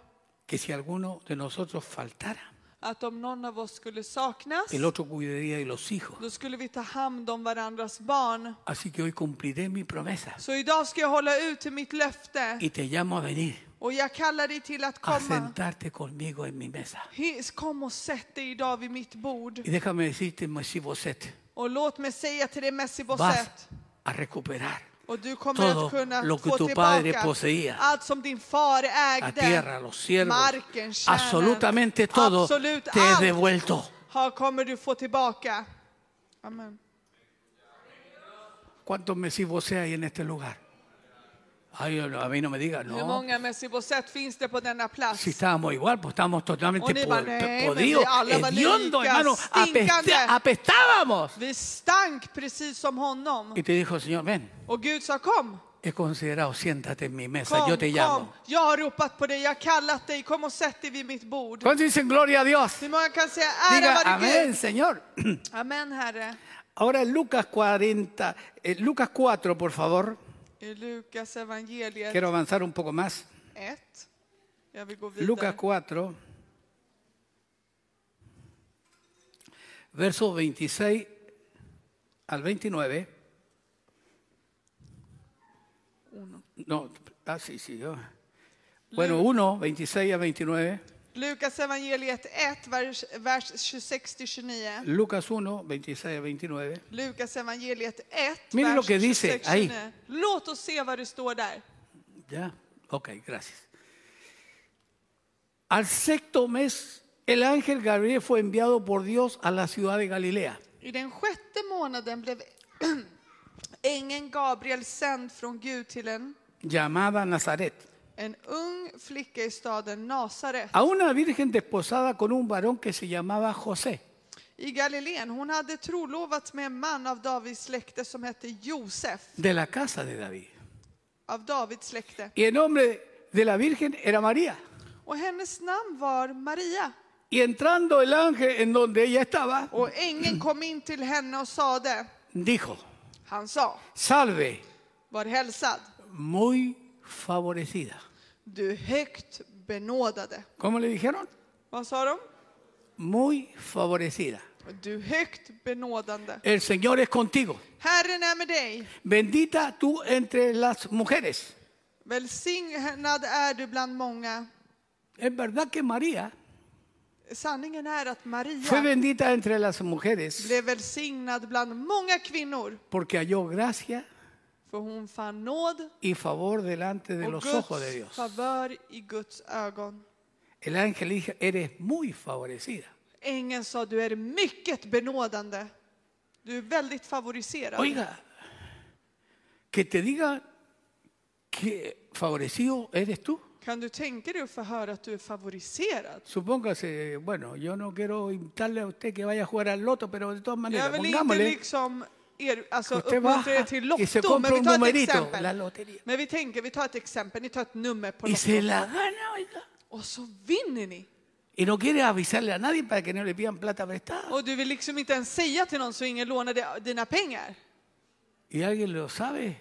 Speaker 1: que si alguno de nosotros faltara,
Speaker 2: att om någon av oss skulle saknas,
Speaker 1: el otro cuidaría de los hijos.
Speaker 2: då skulle vi ta hand om varandras barn.
Speaker 1: Así que hoy cumpliré mi promesa
Speaker 2: Så idag ska jag hålla ut till mitt löfte
Speaker 1: y te llamo a venir
Speaker 2: och jag kallar dig till att
Speaker 1: a
Speaker 2: komma.
Speaker 1: sentarte conmigo en mi mesa.
Speaker 2: His- Kom och sätt dig idag vid mitt bord.
Speaker 1: Y déjame decirte, pues, Messi Boset,
Speaker 2: Och låt mig säga till dig Messi Bosett,
Speaker 1: vas a recuperar
Speaker 2: och du kommer
Speaker 1: todo
Speaker 2: att kunna
Speaker 1: lo que
Speaker 2: få
Speaker 1: tu padre
Speaker 2: tillbaka
Speaker 1: poseía.
Speaker 2: allt som din far
Speaker 1: la
Speaker 2: ägde.
Speaker 1: tierra, los cielos,
Speaker 2: marken, tjälen,
Speaker 1: absolutamente todo
Speaker 2: absolut
Speaker 1: te he
Speaker 2: allt
Speaker 1: devuelto.
Speaker 2: har, kommer du få tillbaka. Amen.
Speaker 1: ¿Cuántos Messi Boset hay en este lugar? Ay, a mí no me digas,
Speaker 2: Hur
Speaker 1: no.
Speaker 2: många Messi Bosett finns det på denna plats?
Speaker 1: Si estábamos igual, pues estábamos totalmente
Speaker 2: Oni van-
Speaker 1: po- pe-
Speaker 2: eh,
Speaker 1: podidos,
Speaker 2: alla van
Speaker 1: hediondo,
Speaker 2: lika,
Speaker 1: hermano, apeste-
Speaker 2: stinkande.
Speaker 1: apestábamos.
Speaker 2: Vi stank precis som honom.
Speaker 1: Y te dijo, Señor, ven,
Speaker 2: Och Gud sa kom,
Speaker 1: he considerado, siéntate en mi mesa,
Speaker 2: kom,
Speaker 1: yo te
Speaker 2: kom.
Speaker 1: llamo.
Speaker 2: Jag har ropat på dig, jag har kallat dig, kom och sätt dig vid mitt bord.
Speaker 1: ¿Cuántos dicen gloria a Dios?
Speaker 2: Hur många kan säga "Äh, ära
Speaker 1: Diga
Speaker 2: vare
Speaker 1: amén,
Speaker 2: Gud?
Speaker 1: Señor.
Speaker 2: Amen Herre.
Speaker 1: Ahora Lucas 40, eh, Lucas 4, por favor.
Speaker 2: I Lukas evangeliet
Speaker 1: Quiero avanzar un poco más.
Speaker 2: 1. Jag vill gå
Speaker 1: Lucas
Speaker 2: vidare.
Speaker 1: 4, versos 26 al 29. No, ah, sí, sí. yo. Bueno, 1, 26 a 29.
Speaker 2: Lukas evangeliet 1, vers, vers 26-29.
Speaker 1: Lucas 1, 26 a 29.
Speaker 2: Lukas evangeliet 1,
Speaker 1: Mira
Speaker 2: vers
Speaker 1: lo que dice
Speaker 2: 26
Speaker 1: ahí.
Speaker 2: 29. Låt oss se vad det står där.
Speaker 1: ¿Ya? Ok, gracias. Al sexto mes, el ángel Gabriel fue enviado por Dios a la ciudad de Galilea.
Speaker 2: I den sjätte månaden blev ängeln Gabriel sänd från Gud till en,
Speaker 1: llamada Nazaret,
Speaker 2: en ung flicka i staden Nasaret
Speaker 1: a una virgen desposada con un varón que se llamaba José,
Speaker 2: i Galileen. Hon hade trolovats med en man av Davids släkte som hette Josef,
Speaker 1: de la casa de David.
Speaker 2: av Davids släkte.
Speaker 1: Y el nombre de la virgen era María.
Speaker 2: Och hennes namn var Maria.
Speaker 1: Y entrando el ángel en donde ella estaba,
Speaker 2: Och ängeln kom in till henne och sade,
Speaker 1: dijo,
Speaker 2: han sa,
Speaker 1: salve,
Speaker 2: var hälsad,
Speaker 1: muy favorecida.
Speaker 2: du högt benådade.
Speaker 1: ¿Cómo le dijeron?
Speaker 2: Vad sa de?
Speaker 1: Muy favorecida.
Speaker 2: Du högt benådande.
Speaker 1: El Señor es contigo.
Speaker 2: Herren är med dig.
Speaker 1: Bendita tú entre las mujeres.
Speaker 2: Välsignad är du bland många.
Speaker 1: Es verdad que María
Speaker 2: Sanningen är att
Speaker 1: fue
Speaker 2: Maria
Speaker 1: bendita entre las mujeres
Speaker 2: blev välsignad bland många kvinnor,
Speaker 1: porque halló gracia
Speaker 2: för hon fann nåd
Speaker 1: y favor delante de
Speaker 2: och
Speaker 1: los ojos de Dios.
Speaker 2: Guds favör i Guds ögon.
Speaker 1: El ángel le dijo, eres muy favorecida.
Speaker 2: Ängeln sa, du är mycket benådande. Du är väldigt favoriserad.
Speaker 1: Oiga, que te diga que favorecido eres tú.
Speaker 2: Kan du tänka dig att få höra att du är favoriserad?
Speaker 1: Supóngase, bueno, yo no quiero invitarle a usted que vaya a jugar al loto, pero de todas
Speaker 2: Jag
Speaker 1: maneras,
Speaker 2: vill inte
Speaker 1: pongámosle
Speaker 2: liksom er, alltså
Speaker 1: Usted
Speaker 2: uppmuntra er
Speaker 1: baja
Speaker 2: till
Speaker 1: y se
Speaker 2: lotto,
Speaker 1: compra
Speaker 2: men vi
Speaker 1: un
Speaker 2: tar ett
Speaker 1: numerito, la
Speaker 2: exempel.
Speaker 1: lotería.
Speaker 2: Men vi tänker, vi tar ett exempel, ni tar ett nummer på
Speaker 1: y
Speaker 2: lotto.
Speaker 1: se la gana, oiga.
Speaker 2: Och så vinner ni.
Speaker 1: Y no quiere avisarle a nadie para que no le pidan plata prestada.
Speaker 2: Och du vill liksom inte ens säga till någon så ingen lånar di- dina pengar.
Speaker 1: Y alguien lo sabe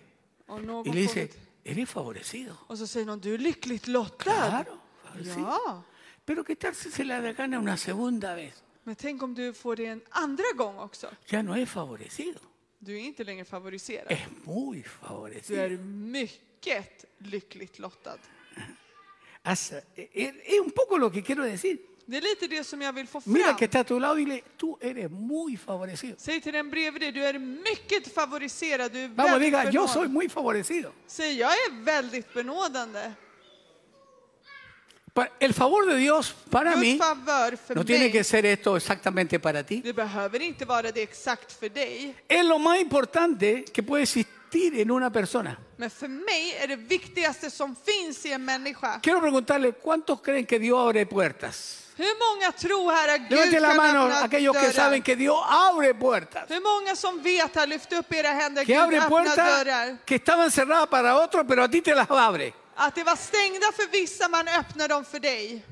Speaker 2: Och,
Speaker 1: y
Speaker 2: någon
Speaker 1: le
Speaker 2: kommer
Speaker 1: dice,
Speaker 2: till-
Speaker 1: eres favorecido.
Speaker 2: och så säger någon, du är lyckligt lottad.
Speaker 1: Claro, favorecido.
Speaker 2: Ja,
Speaker 1: Pero qué tal si se la gana una segunda vez.
Speaker 2: men tänk om du får det en andra gång också.
Speaker 1: Ya no es favorecido.
Speaker 2: Du är inte längre favoriserad.
Speaker 1: Es muy
Speaker 2: Du
Speaker 1: favorecido.
Speaker 2: är mycket lyckligt lottad.
Speaker 1: Hasta- eh, eh, Es un poco lo que quiero decir.
Speaker 2: Det är lite det som jag vill få
Speaker 1: Mira que
Speaker 2: fram.
Speaker 1: está a tu lado y dile, tú eres muy favorecido.
Speaker 2: Säg till den bredvid dig, du är mycket favoriserad. Du är
Speaker 1: Vamos,
Speaker 2: väldigt
Speaker 1: diga, yo soy
Speaker 2: benådad.
Speaker 1: muy favorecido.
Speaker 2: Säg, jag är väldigt benådande.
Speaker 1: Pa- El favor de Dios para
Speaker 2: Guds
Speaker 1: mí
Speaker 2: favör för
Speaker 1: no tiene que
Speaker 2: mig.
Speaker 1: ser esto exactamente para ti.
Speaker 2: Det behöver inte vara det exakt för dig.
Speaker 1: Es lo más importante que puede existir en una persona.
Speaker 2: Men för mig är det viktigaste som finns i en människa.
Speaker 1: Quiero preguntarle, ¿cuántos creen que Dios abre puertas?
Speaker 2: Hur många tror här att Gud
Speaker 1: Levanten
Speaker 2: kan
Speaker 1: la mano
Speaker 2: öppna
Speaker 1: aquellos que
Speaker 2: dörrar?
Speaker 1: saben que Dios abre puertas.
Speaker 2: Hur många som vet här, lyft upp era händer.
Speaker 1: Que
Speaker 2: Gud
Speaker 1: abre
Speaker 2: öppnar dörrar.
Speaker 1: puertas que estaban cerradas para otros, pero a ti te las abre.
Speaker 2: Att det var stängda för vissa, man öppnar dem för dig.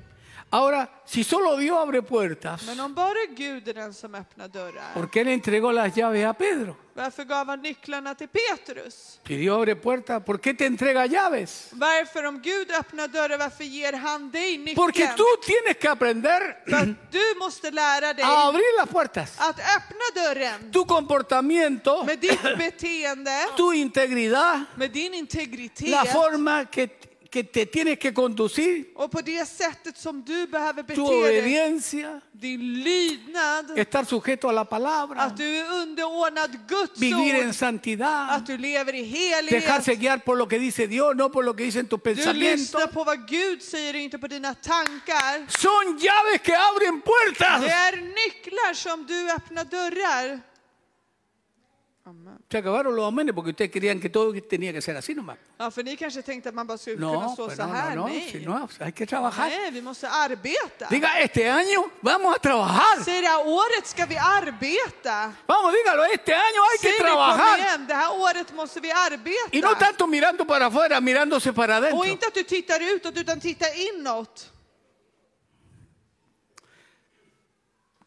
Speaker 1: Ahora, si solo Dios abre puertas,
Speaker 2: Men om bara Gud är den som öppnar dörrar,
Speaker 1: ¿por qué le entregó las llaves a Pedro?
Speaker 2: varför gav han nycklarna till Petrus?
Speaker 1: Si Dios abre puertas, ¿por qué te entrega llaves?
Speaker 2: Varför, om Gud öppnar dörrar, varför ger han dig
Speaker 1: Porque
Speaker 2: nyckeln?
Speaker 1: tú tienes que aprender
Speaker 2: För att du måste lära dig
Speaker 1: a abrir las puertas.
Speaker 2: att öppna dörren
Speaker 1: Tu comportamiento,
Speaker 2: med ditt beteende,
Speaker 1: tu integridad,
Speaker 2: med din
Speaker 1: la
Speaker 2: integritet
Speaker 1: forma que, que te tienes que conducir,
Speaker 2: och på det sättet som du behöver
Speaker 1: tu
Speaker 2: bete dig.
Speaker 1: obediencia,
Speaker 2: Din lydnad,
Speaker 1: estar sujeto a la palabra,
Speaker 2: att du är underordnad Guds
Speaker 1: vivir en
Speaker 2: ord,
Speaker 1: santidad,
Speaker 2: att du lever i
Speaker 1: dejarse
Speaker 2: helighet.
Speaker 1: guiar por lo que dice Dios, no por lo que dicen tus
Speaker 2: Du
Speaker 1: pensamientos.
Speaker 2: lyssnar på vad Gud säger och inte på dina tankar.
Speaker 1: Son llaves que abren
Speaker 2: Det
Speaker 1: puertas.
Speaker 2: är nycklar som du öppnar dörrar. Amen.
Speaker 1: Se acabaron los amenes porque ustedes querían que todo tenía que ser así nomás.
Speaker 2: Ja, för ni kanske tänkte att man bara skulle kunna
Speaker 1: No,
Speaker 2: stå
Speaker 1: pues
Speaker 2: så
Speaker 1: no,
Speaker 2: här.
Speaker 1: no, no, si
Speaker 2: Nej.
Speaker 1: no, hay que trabajar.
Speaker 2: Nej, vi måste arbeta.
Speaker 1: Diga, este año vamos a trabajar.
Speaker 2: Säg det här året ska vi arbeta.
Speaker 1: Vamos, dígalo, este año hay
Speaker 2: Säg
Speaker 1: que
Speaker 2: det, kom
Speaker 1: trabajar.
Speaker 2: igen, det här året måste vi
Speaker 1: Y no
Speaker 2: arbeta.
Speaker 1: tanto mirando para afuera, mirándose para adentro.
Speaker 2: Och inte att du tittar utåt, utan titta inåt.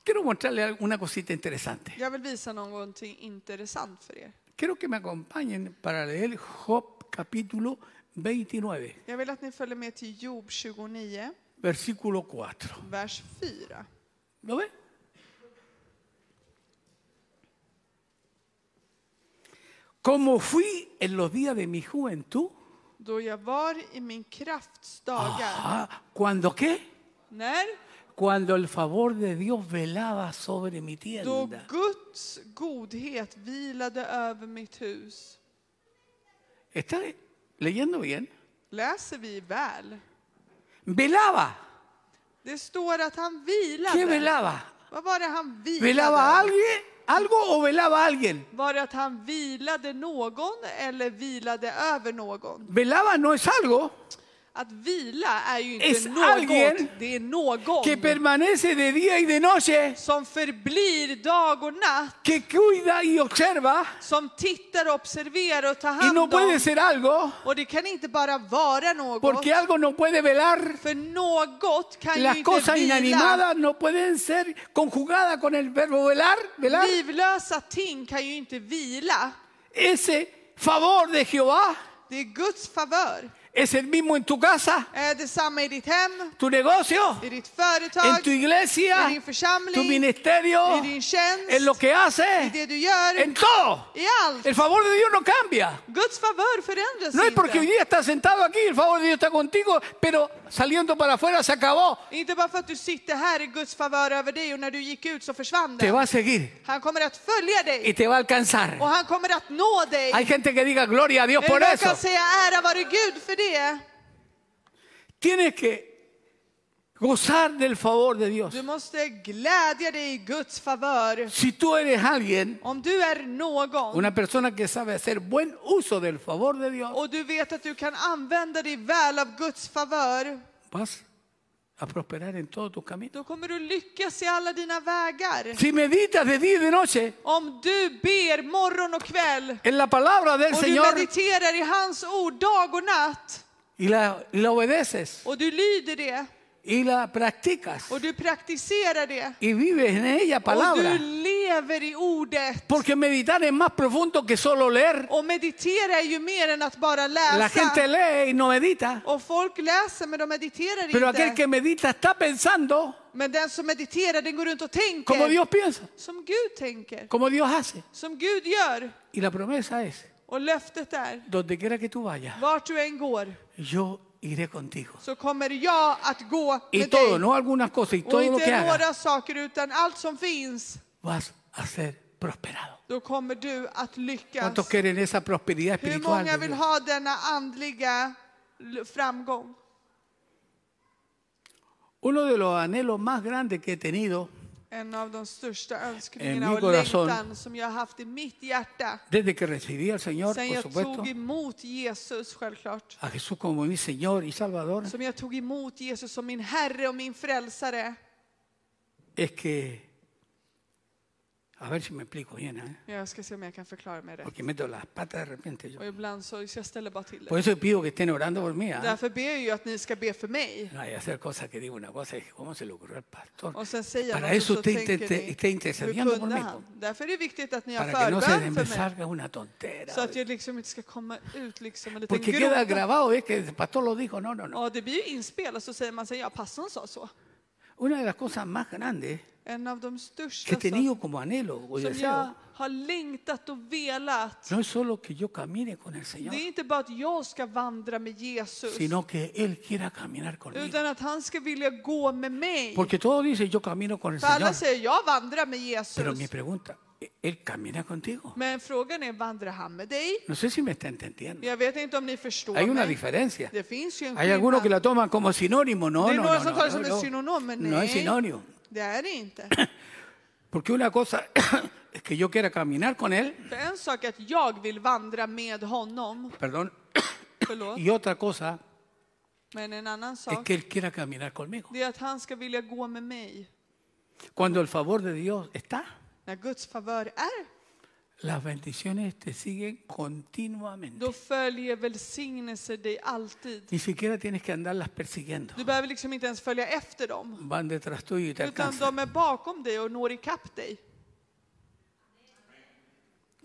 Speaker 1: Quiero mostrarle al- una cosita interesante.
Speaker 2: Jag vill visa någonting intressant för er.
Speaker 1: Quiero que me acompañen para leer Job capítulo 29,
Speaker 2: Jag vill att ni följer med till Job 29,
Speaker 1: versículo 4.
Speaker 2: vers 4.
Speaker 1: ¿Lo ve? Como fui en los días de mi juventud,
Speaker 2: Då jag var i min krafts dagar.
Speaker 1: ajá, cuando ah, qué?
Speaker 2: När?
Speaker 1: Cuando el favor de Dios velaba sobre mi
Speaker 2: Då
Speaker 1: tienda.
Speaker 2: Guds godhet vilade över mitt hus.
Speaker 1: ¿Está leyendo bien?
Speaker 2: Läser vi väl?
Speaker 1: Velaba.
Speaker 2: Det står att han
Speaker 1: ¿Qué
Speaker 2: vilade.
Speaker 1: velaba?
Speaker 2: Vad var det han
Speaker 1: ¿Velaba
Speaker 2: vilade?
Speaker 1: alguien? ¿Algo o velaba a alguien?
Speaker 2: Var det att han vilade någon eller vilade över någon?
Speaker 1: Velaba no es algo
Speaker 2: Att vila är ju inte
Speaker 1: Es alguien
Speaker 2: något, det är någon
Speaker 1: que permanece de día y de noche,
Speaker 2: som förblir dag och natt,
Speaker 1: que cuida y observa,
Speaker 2: som tittar och observerar och tar
Speaker 1: y
Speaker 2: hand
Speaker 1: no puede
Speaker 2: om.
Speaker 1: ser algo,
Speaker 2: Och det kan inte bara vara något,
Speaker 1: porque algo no puede velar.
Speaker 2: för något kan ju
Speaker 1: Las
Speaker 2: inte
Speaker 1: cosas
Speaker 2: vila.
Speaker 1: inanimadas no pueden ser conjugadas con el verbo velar, velar.
Speaker 2: Livlösa ting kan ju inte vila.
Speaker 1: Ese favor de Jehová
Speaker 2: Det är Guds favör.
Speaker 1: es el mismo en tu casa,
Speaker 2: Är detsamma i ditt hem,
Speaker 1: tu negocio,
Speaker 2: i ditt
Speaker 1: en
Speaker 2: företag,
Speaker 1: tu
Speaker 2: i
Speaker 1: iglesia,
Speaker 2: din
Speaker 1: tu
Speaker 2: församling, i
Speaker 1: ministerio,
Speaker 2: din tjänst,
Speaker 1: en lo que
Speaker 2: i
Speaker 1: haces,
Speaker 2: det du gör,
Speaker 1: en todo.
Speaker 2: i allt.
Speaker 1: El favor de Dios no cambia.
Speaker 2: Guds favör förändras
Speaker 1: No es porque hoy
Speaker 2: inte.
Speaker 1: día estás sentado aquí, el favor de Dios está contigo, pero saliendo para afuera se acabó.
Speaker 2: Inte bara för att du sitter här i Guds favör över dig och när du gick ut så försvann
Speaker 1: Te
Speaker 2: den.
Speaker 1: va a seguir
Speaker 2: Han kommer att följa
Speaker 1: y
Speaker 2: dig
Speaker 1: te va a alcanzar.
Speaker 2: och han kommer att nå dig.
Speaker 1: Hay gente que diga gloria a Dios
Speaker 2: Men
Speaker 1: por
Speaker 2: jag
Speaker 1: eso.
Speaker 2: kan säga ära vare Gud för det.
Speaker 1: Tienes que gozar del favor de Dios.
Speaker 2: Du måste glädja dig i Guds favör.
Speaker 1: Si tú eres alguien,
Speaker 2: Om du är någon
Speaker 1: una persona que sabe hacer buen uso del favor de Dios,
Speaker 2: och du vet att du kan använda dig väl av Guds favör,
Speaker 1: vas a prosperar en todos tus caminos.
Speaker 2: då kommer du lyckas i alla dina vägar.
Speaker 1: Si meditas de día y de noche
Speaker 2: Om du ber morgon och kväll
Speaker 1: en la palabra del
Speaker 2: och du
Speaker 1: Señor
Speaker 2: mediterar i hans ord dag och natt
Speaker 1: y la, y la obedeces
Speaker 2: och du lyder det
Speaker 1: y la practicas
Speaker 2: och du praktiserar det
Speaker 1: y vives en ella
Speaker 2: och
Speaker 1: palabra,
Speaker 2: du lever i ordet
Speaker 1: porque meditar es más profundo que solo leer.
Speaker 2: och meditera är ju mer än att bara
Speaker 1: La gente
Speaker 2: läsa.
Speaker 1: lee y no medita,
Speaker 2: Och folk läser men de mediterar
Speaker 1: pero aquel
Speaker 2: inte.
Speaker 1: que medita está pensando
Speaker 2: Men den som mediterar den går runt och
Speaker 1: como
Speaker 2: tänker
Speaker 1: Dios piensa,
Speaker 2: som Gud tänker,
Speaker 1: como Dios hace.
Speaker 2: som Gud gör.
Speaker 1: Y la promesa es,
Speaker 2: Och löftet är,
Speaker 1: donde quiera que tú vayas,
Speaker 2: vart du än går
Speaker 1: yo iré contigo.
Speaker 2: så kommer jag att gå
Speaker 1: Y
Speaker 2: med
Speaker 1: todo,
Speaker 2: dig.
Speaker 1: no algunas cosas, y
Speaker 2: Och
Speaker 1: todo lo
Speaker 2: inte
Speaker 1: que hagas,
Speaker 2: några saker utan allt som finns,
Speaker 1: vas a ser prosperado.
Speaker 2: då kommer du att lyckas.
Speaker 1: ¿Cuántos quieren esa prosperidad
Speaker 2: Hur
Speaker 1: espiritual?
Speaker 2: många
Speaker 1: de
Speaker 2: vill
Speaker 1: Dios?
Speaker 2: ha denna andliga l- framgång?
Speaker 1: Uno de los anhelos más grandes que he tenido
Speaker 2: En av de största
Speaker 1: En
Speaker 2: önskningarna
Speaker 1: mi
Speaker 2: och
Speaker 1: corazón.
Speaker 2: längtan som jag har haft i mitt hjärta
Speaker 1: desde que recibí al Señor,
Speaker 2: sen
Speaker 1: por
Speaker 2: jag
Speaker 1: supuesto,
Speaker 2: tog emot Jesus, självklart.
Speaker 1: a Jesús como mi Señor y Salvador.
Speaker 2: Som jag tog emot Jesus som min Herre och min Frälsare.
Speaker 1: es que, a ver si me explico bien, ¿eh?
Speaker 2: Jag ska se om jag kan förklara mig rätt.
Speaker 1: porque meto las patas de repente. Yo.
Speaker 2: Och ibland så, så jag ställer bara till
Speaker 1: Por
Speaker 2: det.
Speaker 1: eso pido que estén orando por mí. ¿ah?
Speaker 2: Därför ber jag ju att ni ska be för mig.
Speaker 1: No hay hacer cosas que digo una cosa y dije, ¿cómo se le ocurrió al pastor?
Speaker 2: Och sen säger jag
Speaker 1: Para
Speaker 2: något och
Speaker 1: eso
Speaker 2: så
Speaker 1: usted inte-
Speaker 2: tänker
Speaker 1: inte-
Speaker 2: ni,
Speaker 1: está intercediendo
Speaker 2: hur
Speaker 1: por
Speaker 2: kunde
Speaker 1: mí.
Speaker 2: han? Därför är det viktigt att ni har
Speaker 1: Para que no se
Speaker 2: förbön
Speaker 1: me
Speaker 2: för mig.
Speaker 1: salga una tontera.
Speaker 2: Så att jag liksom inte ska komma ut liksom en liten
Speaker 1: Porque queda
Speaker 2: groda.
Speaker 1: grabado, es que el pastor lo dijo, no, no, no.
Speaker 2: Ja, det blir ju inspelat så säger man sig, ja pastorn sa så.
Speaker 1: Una de las cosas más grandes
Speaker 2: En av de
Speaker 1: que he
Speaker 2: största
Speaker 1: tenido como anhelo o
Speaker 2: som jag
Speaker 1: deseo
Speaker 2: har längtat och velat.
Speaker 1: no es solo que yo camine con el Señor,
Speaker 2: Det är inte bara att jag ska vandra med Jesus,
Speaker 1: sino que Él quiera caminar conmigo.
Speaker 2: utan att han ska vilja gå med mig.
Speaker 1: Porque todos dicen, yo camino con el
Speaker 2: För alla
Speaker 1: Señor.
Speaker 2: säger, jag vandrar med
Speaker 1: Pero mi
Speaker 2: Jesus.
Speaker 1: pregunta, ¿Él camina contigo?
Speaker 2: Men frågan är, vandrar han med dig?
Speaker 1: No sé si me está entendiendo.
Speaker 2: Jag vet inte om ni förstår
Speaker 1: Hay una
Speaker 2: mig.
Speaker 1: diferencia.
Speaker 2: Det finns ju en
Speaker 1: Hay algunos que
Speaker 2: skillnad.
Speaker 1: la toman como sinónimo. No,
Speaker 2: Det är
Speaker 1: no,
Speaker 2: några
Speaker 1: no,
Speaker 2: som
Speaker 1: no,
Speaker 2: tar det
Speaker 1: no,
Speaker 2: som
Speaker 1: no.
Speaker 2: en synonym, men
Speaker 1: No es
Speaker 2: nej.
Speaker 1: sinónimo.
Speaker 2: Det är det inte.
Speaker 1: Porque una cosa es que yo quiera caminar con Él,
Speaker 2: För en sak är att jag vill vandra med honom,
Speaker 1: perdón,
Speaker 2: förlåt,
Speaker 1: y otra cosa
Speaker 2: men en annan
Speaker 1: es
Speaker 2: sak
Speaker 1: que Él quiera caminar conmigo.
Speaker 2: det är att han ska vilja gå med mig.
Speaker 1: Cuando el favor de Dios está,
Speaker 2: När Guds favör är,
Speaker 1: las bendiciones te siguen continuamente.
Speaker 2: då följer välsignelser dig alltid.
Speaker 1: Ni siquiera tienes que andarlas persiguiendo.
Speaker 2: Du behöver liksom inte ens följa efter dem,
Speaker 1: Van detrás tuyo y te
Speaker 2: utan
Speaker 1: alcanzan.
Speaker 2: de är bakom dig och når ikapp dig.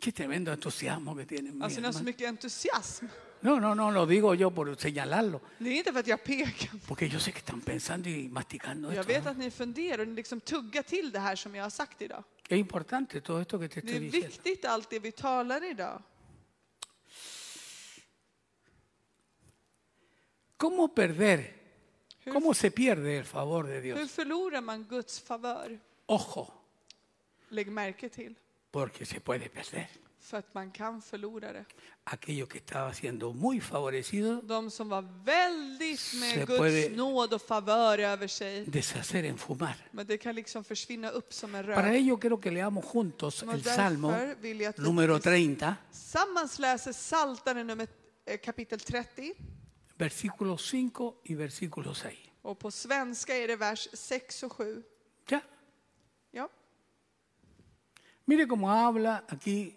Speaker 1: Qué tremendo entusiasmo que tienen. mi
Speaker 2: Alltså ni har så
Speaker 1: hermano.
Speaker 2: mycket entusiasm.
Speaker 1: No, no, no lo digo yo por señalarlo,
Speaker 2: Det är inte för att jag pekar.
Speaker 1: porque yo sé que están pensando y masticando
Speaker 2: Jag
Speaker 1: esto.
Speaker 2: vet
Speaker 1: ¿no?
Speaker 2: att ni funderar och ni liksom tuggar till det här som jag har sagt idag.
Speaker 1: Es importante todo esto que te
Speaker 2: Det är
Speaker 1: estoy diciendo.
Speaker 2: viktigt allt det vi talar idag.
Speaker 1: ¿Cómo perder?
Speaker 2: Hur-
Speaker 1: ¿Cómo se pierde el favor de
Speaker 2: Hur
Speaker 1: Dios?
Speaker 2: förlorar man Guds favör?
Speaker 1: Ojo,
Speaker 2: Lägg märke till,
Speaker 1: porque se puede perder.
Speaker 2: för att man kan förlora det.
Speaker 1: Aquello que estaba siendo muy favorecido,
Speaker 2: De som var väldigt
Speaker 1: Se
Speaker 2: med
Speaker 1: puede-
Speaker 2: Guds nåd och favör över sig,
Speaker 1: deshacer en fumar.
Speaker 2: men det kan liksom försvinna upp som en
Speaker 1: Para
Speaker 2: rök.
Speaker 1: ello quiero que leamos juntos
Speaker 2: Och
Speaker 1: el Salmo
Speaker 2: därför vill jag att
Speaker 1: número
Speaker 2: vi
Speaker 1: 30,
Speaker 2: tillsammans läser Psaltaren nummer eh, kapitel 30
Speaker 1: versículo 5 y versículo 6.
Speaker 2: och på svenska är det vers 6 och 7.
Speaker 1: ¿Ya?
Speaker 2: Ja.
Speaker 1: Mire cómo habla aquí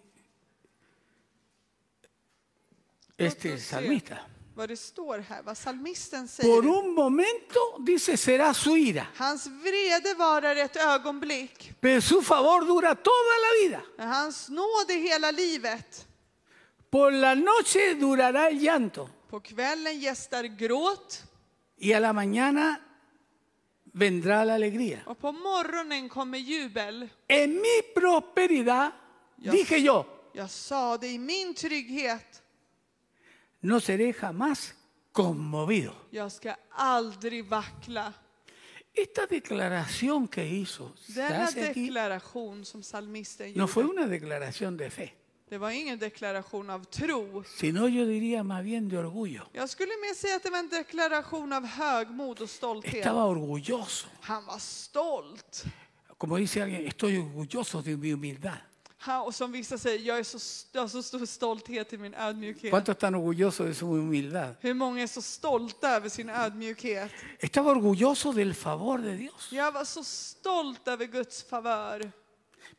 Speaker 1: este
Speaker 2: Låt oss se
Speaker 1: salmista.
Speaker 2: Vad det står här, vad salmisten
Speaker 1: Por
Speaker 2: säger.
Speaker 1: un momento dice será su ira,
Speaker 2: Hans vrede varar ett ögonblick,
Speaker 1: pero su favor dura toda la vida.
Speaker 2: men hans nåd är hela livet.
Speaker 1: Por la noche durará el llanto
Speaker 2: På kvällen gästar gråt
Speaker 1: y a la mañana vendrá la alegría.
Speaker 2: och på morgonen kommer jubel.
Speaker 1: En mi prosperidad,
Speaker 2: Ya.
Speaker 1: dije yo,
Speaker 2: Jag sa det i min trygghet.
Speaker 1: no seré jamás conmovido.
Speaker 2: Jag ska aldrig vackla.
Speaker 1: Esta declaración que hizo, se
Speaker 2: Denna
Speaker 1: hace aquí,
Speaker 2: deklaration som psalmisten
Speaker 1: no fue
Speaker 2: gjorde,
Speaker 1: una declaración de fe.
Speaker 2: det var ingen deklaration av tro.
Speaker 1: sino yo diría más bien de orgullo.
Speaker 2: Jag skulle mer säga att det var en deklaration av högmod och stolthet.
Speaker 1: Estaba orgulloso.
Speaker 2: Han var stolt.
Speaker 1: Como dice alguien, estoy orgulloso de mi humildad.
Speaker 2: Han, och som vissa säger, jag, är så, st- jag har så stor stolthet i min ödmjukhet.
Speaker 1: ¿Cuántos están orgullosos de su humildad?
Speaker 2: Hur många är så stolta över sin ödmjukhet?
Speaker 1: Estaba orgulloso del favor de Dios.
Speaker 2: Jag var så stolt över Guds favör.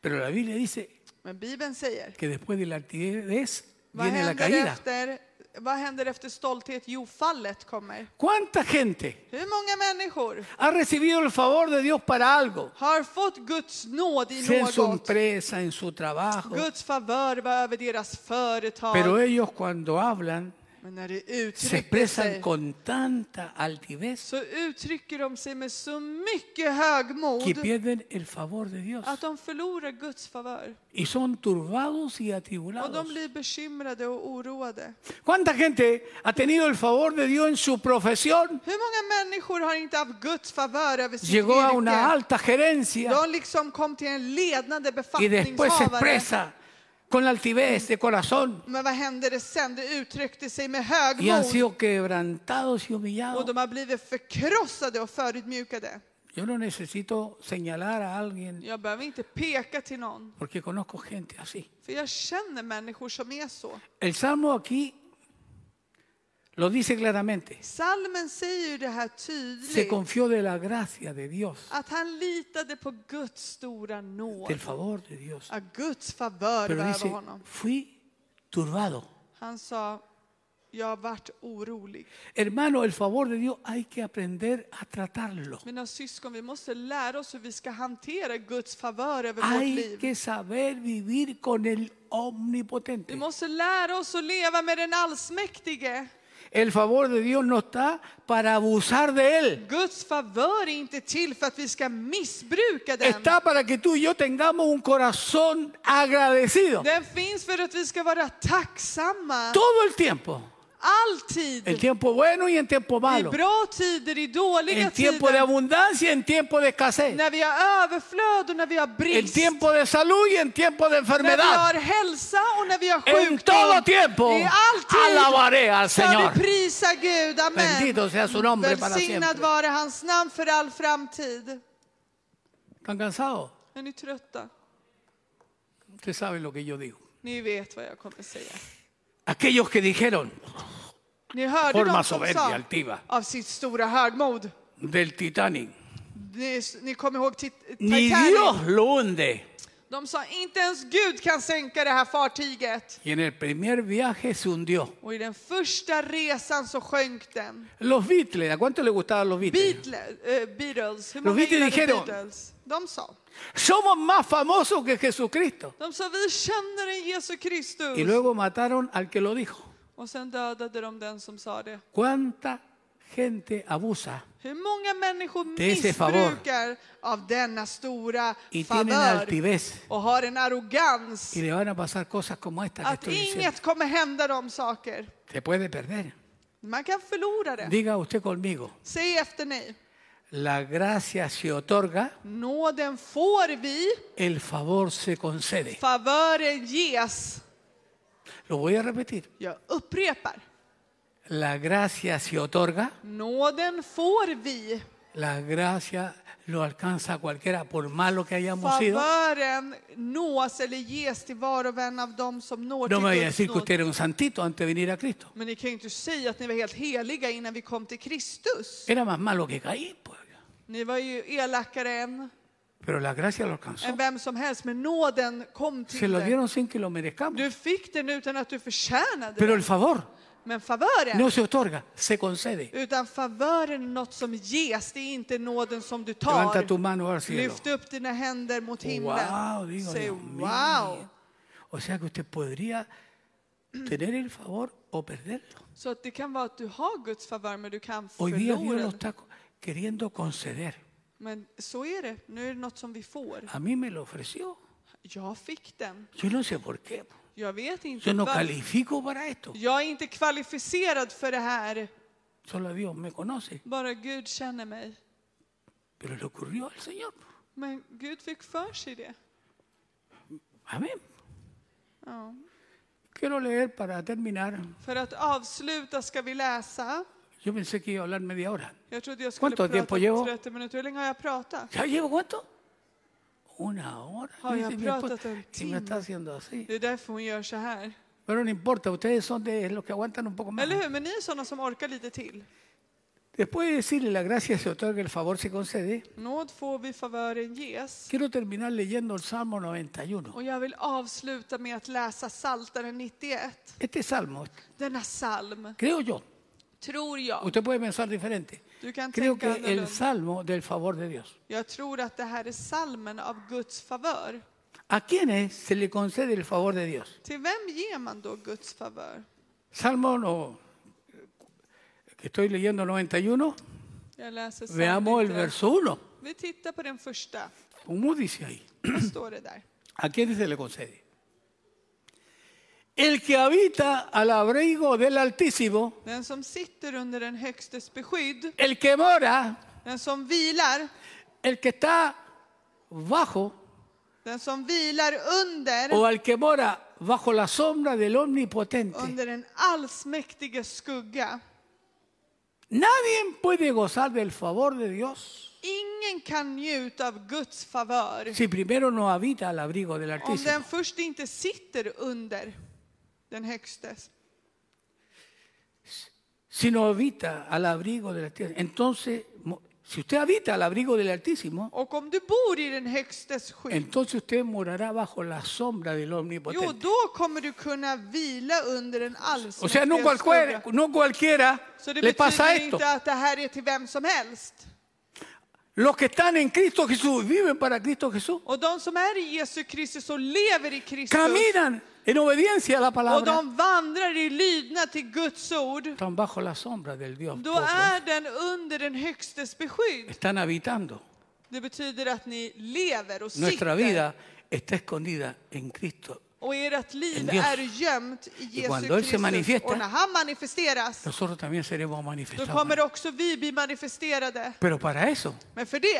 Speaker 1: Pero la Biblia dice
Speaker 2: Men Bibeln säger,
Speaker 1: que después de la altivez
Speaker 2: vad
Speaker 1: viene la
Speaker 2: händer,
Speaker 1: caída.
Speaker 2: efter, vad händer efter stolthet? Jo, fallet kommer.
Speaker 1: ¿Cuánta gente
Speaker 2: Hur många människor
Speaker 1: ha recibido el favor de Dios para algo?
Speaker 2: har fått Guds nåd i
Speaker 1: Sea en su
Speaker 2: något?
Speaker 1: empresa, en su trabajo.
Speaker 2: Guds favör var över deras
Speaker 1: Pero
Speaker 2: företag.
Speaker 1: ellos cuando hablan
Speaker 2: Men när det
Speaker 1: se
Speaker 2: uttrycker
Speaker 1: expresan
Speaker 2: sig
Speaker 1: con tanta altivez
Speaker 2: så uttrycker de sig med så mycket
Speaker 1: que
Speaker 2: högmod
Speaker 1: pierden el favor de Dios.
Speaker 2: att de förlorar Guds favör.
Speaker 1: y son turbados y
Speaker 2: Och de
Speaker 1: atribulados.
Speaker 2: blir bekymrade och oroade.
Speaker 1: ¿Cuánta gente ha tenido el favor de Dios en su profesión?
Speaker 2: Hur många människor har inte haft Guds favör över sitt
Speaker 1: Llegó a una
Speaker 2: yrke?
Speaker 1: alta gerencia
Speaker 2: De liksom kom till en ledande
Speaker 1: y después se
Speaker 2: befattningshavare.
Speaker 1: expresa con la altivez de corazón
Speaker 2: Men vad hände det sen? Det uttryckte sig med
Speaker 1: y han
Speaker 2: högmod
Speaker 1: sido quebrantados y
Speaker 2: och
Speaker 1: humillados.
Speaker 2: de har blivit förkrossade och förödmjukade.
Speaker 1: Yo no necesito señalar a alguien
Speaker 2: Jag behöver inte peka till någon,
Speaker 1: porque conozco gente así.
Speaker 2: för jag känner människor som är så.
Speaker 1: El salmo aquí Lo dice claramente.
Speaker 2: Salmen säger ju det här
Speaker 1: Se
Speaker 2: tydligt,
Speaker 1: confió de la gracia de Dios,
Speaker 2: att han litade på Guds stora nåd.
Speaker 1: del favor de Dios.
Speaker 2: Att Guds favör var
Speaker 1: Pero
Speaker 2: över
Speaker 1: dice,
Speaker 2: honom.
Speaker 1: fui turbado.
Speaker 2: Han sa, jag vart orolig.
Speaker 1: Hermano, el favor de Dios hay que aprender a tratarlo.
Speaker 2: Mina syskon, vi måste lära oss hur vi ska hantera Guds favör över vårt
Speaker 1: Hay
Speaker 2: liv.
Speaker 1: que saber vivir con el omnipotente.
Speaker 2: Vi måste lära oss att leva med den allsmäktige.
Speaker 1: El favor de Dios no está para abusar de Él.
Speaker 2: Guds favör är inte till för att vi ska missbruka den.
Speaker 1: Está para que tú y yo tengamos un corazón agradecido.
Speaker 2: Den finns för att vi ska vara tacksamma.
Speaker 1: Todo el tiempo. En
Speaker 2: Alltid.
Speaker 1: tiempo bueno y en tiempo
Speaker 2: I
Speaker 1: malo.
Speaker 2: bra tider, i dåliga
Speaker 1: En tiempo de
Speaker 2: tider.
Speaker 1: abundancia y en tiempo de escasez.
Speaker 2: När vi har överflöd och när vi har
Speaker 1: En
Speaker 2: brist.
Speaker 1: tiempo de salud y en tiempo de
Speaker 2: När vi
Speaker 1: enfermedad.
Speaker 2: har hälsa och när vi har
Speaker 1: En todo tiempo
Speaker 2: sjukdom. I alltid
Speaker 1: alabaré al
Speaker 2: ska
Speaker 1: Señor.
Speaker 2: vi prisa Gud. Amen.
Speaker 1: Bendito sea su nombre para
Speaker 2: Välsignad
Speaker 1: siempre.
Speaker 2: vare hans namn för all framtid.
Speaker 1: ¿Están cansados?
Speaker 2: Är ni trötta?
Speaker 1: Usted sabe lo que yo digo.
Speaker 2: Ni vet vad jag kommer säga.
Speaker 1: Aquellos que dijeron
Speaker 2: Ni hörde
Speaker 1: Forma
Speaker 2: dem som
Speaker 1: soberbia,
Speaker 2: sa
Speaker 1: altiva.
Speaker 2: av sitt stora högmod.
Speaker 1: del Titanic,
Speaker 2: Ni, ni kommer ihåg tit-
Speaker 1: ni
Speaker 2: Titanic.
Speaker 1: Dios lo hunde.
Speaker 2: De sa inte ens Gud kan sänka det här fartyget.
Speaker 1: Y en el primer viaje se hundió.
Speaker 2: Och i den första resan så sjönk den.
Speaker 1: Los Beatles, ¿a cuánto le gustaban los Beatles?
Speaker 2: Beatles, eh, Beatles. hur
Speaker 1: Los
Speaker 2: många
Speaker 1: Beatles
Speaker 2: gillade
Speaker 1: dijeron-
Speaker 2: Beatles? De sa.
Speaker 1: Somos más famosos que Jesucristo.
Speaker 2: De sa vi känner en Jesu Kristus.
Speaker 1: Y luego mataron al que lo dijo.
Speaker 2: Och sen dödade de den som sa det.
Speaker 1: ¿Cuánta gente abusa
Speaker 2: Hur många människor
Speaker 1: De ese favor.
Speaker 2: missbrukar av denna stora
Speaker 1: y tienen
Speaker 2: favör
Speaker 1: altivez?
Speaker 2: och har en arrogans
Speaker 1: Y le van a pasar cosas como esta que
Speaker 2: att
Speaker 1: estoy diciendo.
Speaker 2: inget kommer hända dem saker.
Speaker 1: Se puede perder.
Speaker 2: Man kan förlora det.
Speaker 1: Diga usted conmigo,
Speaker 2: Säg efter nej.
Speaker 1: la gracia se otorga,
Speaker 2: Nåden får vi,
Speaker 1: el favor se concede.
Speaker 2: favören ges.
Speaker 1: Lo voy a repetir.
Speaker 2: Jag upprepar.
Speaker 1: La gracia se otorga,
Speaker 2: Nåden får vi,
Speaker 1: la gracia lo alcanza a cualquiera por malo que hayamos sido.
Speaker 2: favören nås eller ges till var och en av dem som når
Speaker 1: No me vaya a
Speaker 2: till
Speaker 1: decir
Speaker 2: Guds
Speaker 1: que
Speaker 2: nåd.
Speaker 1: usted era un santito antes de venir a Cristo.
Speaker 2: Men ni kan ju inte säga att ni var helt heliga innan vi kom till Kristus.
Speaker 1: Era más malo que Caín, pues.
Speaker 2: Ni var ju elakare än,
Speaker 1: Pero la gracia lo alcanzó.
Speaker 2: än vem som helst, men nåden kom
Speaker 1: Se
Speaker 2: till
Speaker 1: lo
Speaker 2: dig.
Speaker 1: dieron sin que lo merezcamos.
Speaker 2: Du fick den utan att du förtjänade
Speaker 1: Pero
Speaker 2: den.
Speaker 1: el favor
Speaker 2: Men favören,
Speaker 1: no se otorga, se concede.
Speaker 2: utan favören är något som ges, det är inte nåden som du
Speaker 1: Levanta tu
Speaker 2: tar.
Speaker 1: mano al cielo.
Speaker 2: Lyft upp dina händer mot
Speaker 1: Wow,
Speaker 2: himlen.
Speaker 1: digo,
Speaker 2: Säg
Speaker 1: Dios mío.
Speaker 2: wow,
Speaker 1: O sea que usted podría tener el favor o perderlo.
Speaker 2: så att det kan vara att du har Guds favör men du kan
Speaker 1: Hoy día Dios
Speaker 2: förlora
Speaker 1: lo
Speaker 2: den.
Speaker 1: está co- queriendo conceder.
Speaker 2: Men så är det, nu är det något som vi får.
Speaker 1: A mí me lo ofreció.
Speaker 2: Jag fick den,
Speaker 1: Yo no sé por qué.
Speaker 2: jag vet
Speaker 1: Yo
Speaker 2: inte
Speaker 1: no
Speaker 2: varför.
Speaker 1: califico para esto.
Speaker 2: Jag är inte kvalificerad för det här.
Speaker 1: Solo Dios me conoce.
Speaker 2: Bara Gud känner mig.
Speaker 1: Pero le ocurrió al Señor.
Speaker 2: Men Gud fick för sig det.
Speaker 1: Amén.
Speaker 2: Ja.
Speaker 1: Quiero leer para terminar.
Speaker 2: För att avsluta ska vi läsa.
Speaker 1: Yo pensé que iba a hablar media hora.
Speaker 2: Jag trodde jag skulle
Speaker 1: Cuánto tiempo
Speaker 2: prata
Speaker 1: llevo?
Speaker 2: 30 minuter. Hur länge har jag pratat?
Speaker 1: ¿Ya llevo cuánto? Una hora.
Speaker 2: Ay,
Speaker 1: dice mi esposa.
Speaker 2: aprótate
Speaker 1: Y
Speaker 2: el
Speaker 1: me
Speaker 2: timbre.
Speaker 1: está haciendo así.
Speaker 2: Det är därför hon gör så här.
Speaker 1: Pero no importa, ustedes son de los que aguantan un poco más.
Speaker 2: Eller hur? Men ni är sådana som orkar lite till.
Speaker 1: Después de decirle la gracia se otorga, el favor se concede,
Speaker 2: Nåd får vi, favören ges.
Speaker 1: quiero terminar leyendo el Salmo 91.
Speaker 2: Och jag vill avsluta med att läsa Psaltaren 91.
Speaker 1: Este salmo,
Speaker 2: Denna psalm,
Speaker 1: creo yo,
Speaker 2: tror jag.
Speaker 1: usted puede pensar diferente,
Speaker 2: Du kan
Speaker 1: creo
Speaker 2: tänka
Speaker 1: que el
Speaker 2: annorlunda.
Speaker 1: salmo del favor de Dios.
Speaker 2: Jag tror att det här är salmen av Guds favör.
Speaker 1: ¿A quiénes se le concede el favor de Dios?
Speaker 2: Till vem ger man då Guds favör?
Speaker 1: Salmo no, que estoy leyendo 91,
Speaker 2: Jag läser psalm
Speaker 1: veamos el
Speaker 2: 91.
Speaker 1: verso 1.
Speaker 2: Vi tittar på den första.
Speaker 1: ¿Cómo dice ahí?
Speaker 2: Vad står det där?
Speaker 1: ¿A quién se le concede? El que habita al abrigo del Altísimo,
Speaker 2: Den som sitter under den Högstes beskydd,
Speaker 1: el que mora,
Speaker 2: den som vilar,
Speaker 1: el que está bajo,
Speaker 2: den som vilar under,
Speaker 1: o al que mora bajo la sombra del Omnipotente.
Speaker 2: under den allsmäktige skugga.
Speaker 1: Nadie puede gozar del favor de Dios
Speaker 2: Ingen kan njuta av Guds favör
Speaker 1: si primero no habita al abrigo del
Speaker 2: om
Speaker 1: Altísimo.
Speaker 2: den först inte sitter under den Högstes.
Speaker 1: sino habita al abrigo del Altísimo. Entonces, mo- si usted habita al abrigo del Altísimo,
Speaker 2: Och om du bor i den Högstes skydd,
Speaker 1: entonces usted morará bajo la sombra del
Speaker 2: jo,
Speaker 1: Omnipotente.
Speaker 2: då kommer du kunna vila under den
Speaker 1: O sea, no
Speaker 2: allsmäktiges
Speaker 1: cualquiera,
Speaker 2: skugga.
Speaker 1: no cualquiera
Speaker 2: Så det
Speaker 1: le pasa
Speaker 2: betyder
Speaker 1: esto.
Speaker 2: inte att det här är till vem som helst.
Speaker 1: Los que están en Cristo Jesús, viven para Cristo Jesús,
Speaker 2: Och de som är i Jesu Kristus och lever i Kristus
Speaker 1: caminan en obediencia a la
Speaker 2: och
Speaker 1: palabra,
Speaker 2: de vandrar i lydnad till Guds ord,
Speaker 1: están bajo la sombra del Dios.
Speaker 2: då
Speaker 1: Todopoderoso.
Speaker 2: är den under den Högstes beskydd.
Speaker 1: Están habitando.
Speaker 2: Det betyder att ni lever och
Speaker 1: Nuestra
Speaker 2: sitter
Speaker 1: vida está escondida en Cristo.
Speaker 2: och ert liv
Speaker 1: en Dios.
Speaker 2: är gömt i Jesu
Speaker 1: cuando Él se
Speaker 2: Kristus.
Speaker 1: manifiesta,
Speaker 2: Och när han manifesteras,
Speaker 1: Nosotros también seremos
Speaker 2: då
Speaker 1: manifestados.
Speaker 2: kommer också vi bli manifesterade.
Speaker 1: Pero para eso
Speaker 2: Men för det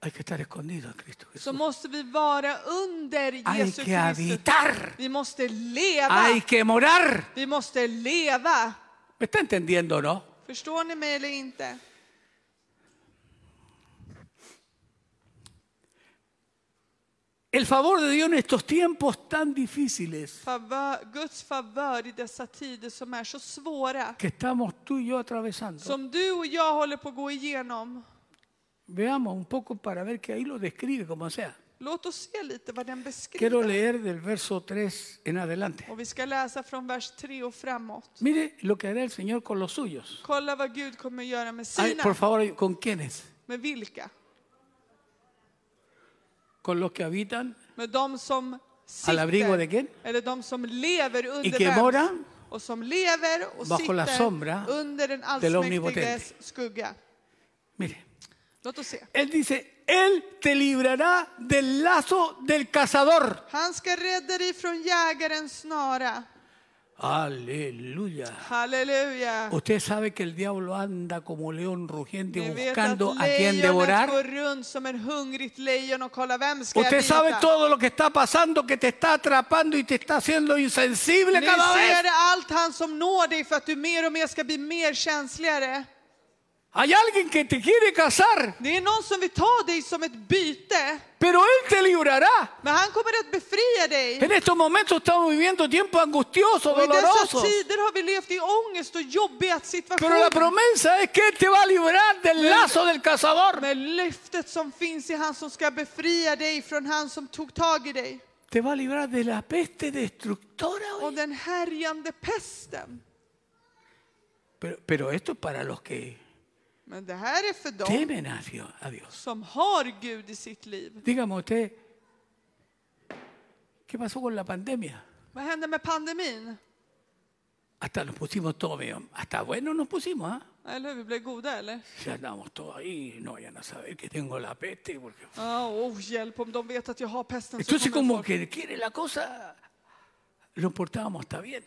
Speaker 1: hay que estar escondido en Cristo
Speaker 2: så
Speaker 1: Jesús.
Speaker 2: måste vi vara under
Speaker 1: Hay
Speaker 2: Jesu
Speaker 1: que
Speaker 2: Kristus.
Speaker 1: habitar,
Speaker 2: Vi måste leva.
Speaker 1: hay que morar.
Speaker 2: Vi måste leva.
Speaker 1: ¿Me está entendiendo o no?
Speaker 2: Förstår ni mig eller inte?
Speaker 1: El favor de Dios en estos tiempos tan difíciles
Speaker 2: Favör, Guds favör i dessa tider som är så svåra.
Speaker 1: que estamos tú y yo atravesando.
Speaker 2: Som du och jag håller på att gå igenom.
Speaker 1: Veamos un poco para ver que ahí lo describe como sea.
Speaker 2: Låt oss se lite vad den
Speaker 1: Quiero
Speaker 2: beskriver.
Speaker 1: leer del verso 3 en adelante.
Speaker 2: Och vi ska läsa från vers 3 och framåt.
Speaker 1: Mire lo que hará el Señor con los suyos.
Speaker 2: Kolla vad Gud kommer göra med
Speaker 1: Ay, por
Speaker 2: sina.
Speaker 1: favor, ¿con quiénes?
Speaker 2: Med vilka?
Speaker 1: Con los que habitan
Speaker 2: Med de som
Speaker 1: al abrigo de
Speaker 2: sitter.
Speaker 1: quién?
Speaker 2: Eller de som lever
Speaker 1: Y
Speaker 2: under
Speaker 1: que
Speaker 2: vems?
Speaker 1: mora
Speaker 2: Och som lever och
Speaker 1: bajo la sombra
Speaker 2: sitter under den
Speaker 1: del omnipotente.
Speaker 2: allsmäktiges skugga.
Speaker 1: Mire,
Speaker 2: Låt oss se.
Speaker 1: Él dice, Él te librará del lazo del cazador.
Speaker 2: Han ska rädda dig från jägarens snara.
Speaker 1: Aleluya.
Speaker 2: Halleluja!
Speaker 1: Usted sabe que el diablo anda como león rugiente
Speaker 2: Ni vet att
Speaker 1: buscando a quien
Speaker 2: lejonet går
Speaker 1: devorar.
Speaker 2: runt som en hungrigt lejon och kollar vem ska
Speaker 1: Usted
Speaker 2: jag
Speaker 1: sabe
Speaker 2: bita?
Speaker 1: todo lo que está pasando, que te está atrapando y te está haciendo insensible
Speaker 2: Ni
Speaker 1: cada vez.
Speaker 2: ser allt han som når dig för att du mer och mer ska bli mer känsligare.
Speaker 1: Hay alguien que te quiere cazar,
Speaker 2: Det är någon som vill ta dig som ett byte,
Speaker 1: pero Él te librará.
Speaker 2: men han kommer att befria dig.
Speaker 1: En estos momentos estamos viviendo tiempos angustiosos,
Speaker 2: Och i dessa
Speaker 1: dolorosos.
Speaker 2: tider har vi levt i ångest och jobbiga
Speaker 1: Pero la
Speaker 2: situationer.
Speaker 1: promesa es que Él te va a librar del lazo del cazador.
Speaker 2: Men löftet som finns i han som ska befria dig från han som tog tag i dig.
Speaker 1: Te va a librar de la peste destructora. oye.
Speaker 2: Och den härjande pesten.
Speaker 1: Pero, pero esto es para los que
Speaker 2: Men det här är för dem
Speaker 1: temen a Dios. a Dios.
Speaker 2: som har Gud i sitt liv.
Speaker 1: Dígame usted, ¿qué pasó con la pandemia?
Speaker 2: Vad hände med pandemin?
Speaker 1: Hasta nos pusimos todos medio- hasta bueno nos pusimos, ¿ah?
Speaker 2: Eller hur? Vi blev goda, eller?
Speaker 1: Ya andamos todos ahí, no vayan a saber que tengo la peste. Porque...
Speaker 2: Ja, oh, hjälp, om de vet att jag har pesten så
Speaker 1: Entonces
Speaker 2: kommer
Speaker 1: como
Speaker 2: folk...
Speaker 1: que quiere la cosa, lo portábamos hasta bien.